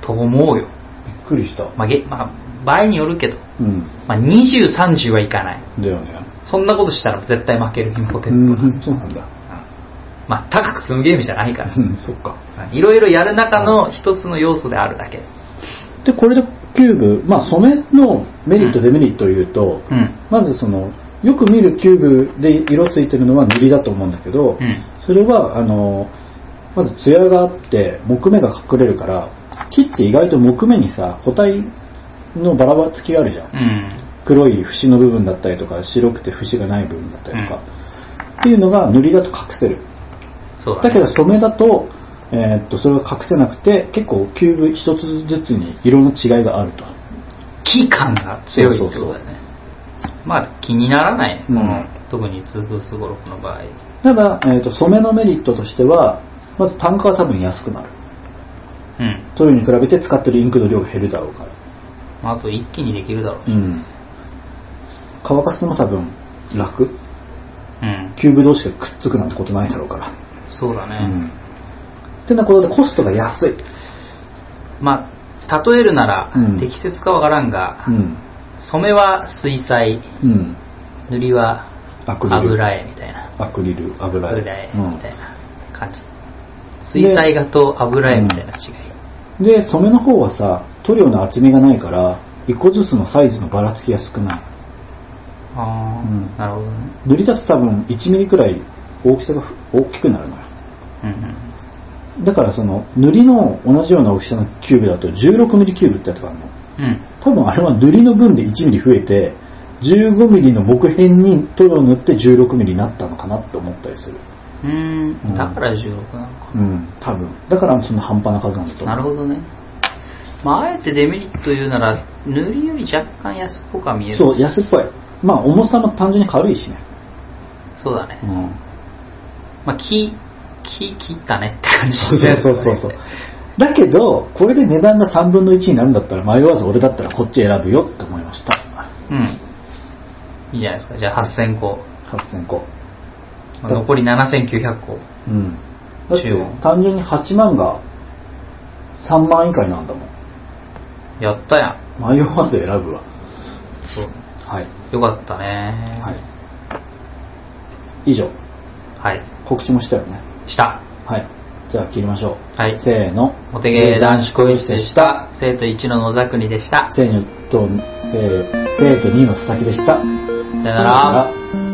S1: と思うよ。
S2: ーびっくりした。
S1: まあ、げまあ、場合によるけど、
S2: うん。
S1: まあ、20、30はいかない。
S2: だよね。
S1: そんなことしたら絶対負ける、インポテ
S2: う
S1: ントは。
S2: ん、そうなんだ。
S1: まあ、高く積むゲームじゃないから
S2: う。ん、そっか。
S1: いろいろやる中の一つの要素であるだけ。
S2: で、これでキューブ、まあ、染めのメリット、デメリットを言うと、
S1: うん。
S2: まずその、よく見るキューブで色ついてるのは塗りだと思うんだけど、
S1: うん。
S2: それは、あの、まず艶があって、木目が隠れるから、木って意外と木目にさ、個体のバラバラつきがあるじゃん。
S1: うん。
S2: 黒い節の部分だったりとか、白くて節がない部分だったりとか、っていうのが塗りだと隠せる。
S1: そうだ、
S2: だ
S1: ね。
S2: けど染めだと、えーっと、それが隠せなくて、結構キューブ一つずつに色の違いがあると。
S1: 期間が強いってこ
S2: そう
S1: と
S2: そ
S1: だよね。まあ、気にならないね。
S2: うん
S1: この特に2分すごろくの場合。
S2: ただ、えーっと、染めのメリットとしては、まず単価は多分安くなる。
S1: うん。
S2: 塗料に比べて使ってるインクの量が減るだろうから。
S1: まあ、あと一気にできるだろうし。
S2: うん。乾かすのも多分楽。
S1: うん。
S2: キューブ同士がくっつくなんてことないだろうか
S1: そうだ
S2: ら。
S1: ね。
S2: ってなことでコストが安い。
S1: まあ、例えるなら、
S2: うん
S1: 適切かわからんが、
S2: うん。
S1: 染めは水彩、
S2: うん。
S1: 塗りは
S2: アクリル。
S1: 油絵みたいな。
S2: アクリル、油
S1: 油
S2: 絵。
S1: 絵
S2: うん
S1: みたいな感じ。水彩画と油絵みたいな違い。
S2: で、染めの方はさ、塗料の厚みがないから、一個ずつのサイズのばらつきが少ない。
S1: あー
S2: うん
S1: なるほどね。
S2: 塗りだと多分1ミリくらい大きさがふ大きくなるのよ。
S1: うんうん。
S2: だからその、塗りの同じような大きさのキューブだと16ミリキューブってやつがあるの。
S1: うん。
S2: 多分あれは塗りの分で1ミリ増えて、15ミリの木片に塗料を塗って16ミリになったのかなって思ったりする。
S1: うー
S2: うん
S1: ん、だから16なのか。
S2: うん、多分。だからその半端な数なんだと思う。
S1: なるほどね。まあ、あえてデメリット言うなら、塗りより若干安っぽくは見える。
S2: そう、安っぽい。まあ重さも単純に軽いしね。
S1: そうだね
S2: う。ん。
S1: まあ、木、木切ったねって感じ
S2: そうそうそうそう。
S1: だよね
S2: だけど、これで値段が3分の1になるんだったら迷わず俺だったらこっち選ぶよって思いました。
S1: うん。いいじゃないですか。じゃあ8000個。
S2: 8000個。
S1: まあ残り7900個。
S2: うん。だって
S1: 注文
S2: 単純に8万が3万以下になんだもん。
S1: やったやん。
S2: 迷わず選ぶわ。
S1: そう。
S2: はい。
S1: よかったね。
S2: はい。以上。
S1: はい。
S2: 告知もしたよね。
S1: した。
S2: はい。じゃあ切りましょう。
S1: はい
S2: せーの。
S1: お手芸男子恋室でした。生徒1の野田国でした。さ
S2: せーのと、せー、せーと2の佐々木でした。
S1: よなら。
S2: さよなら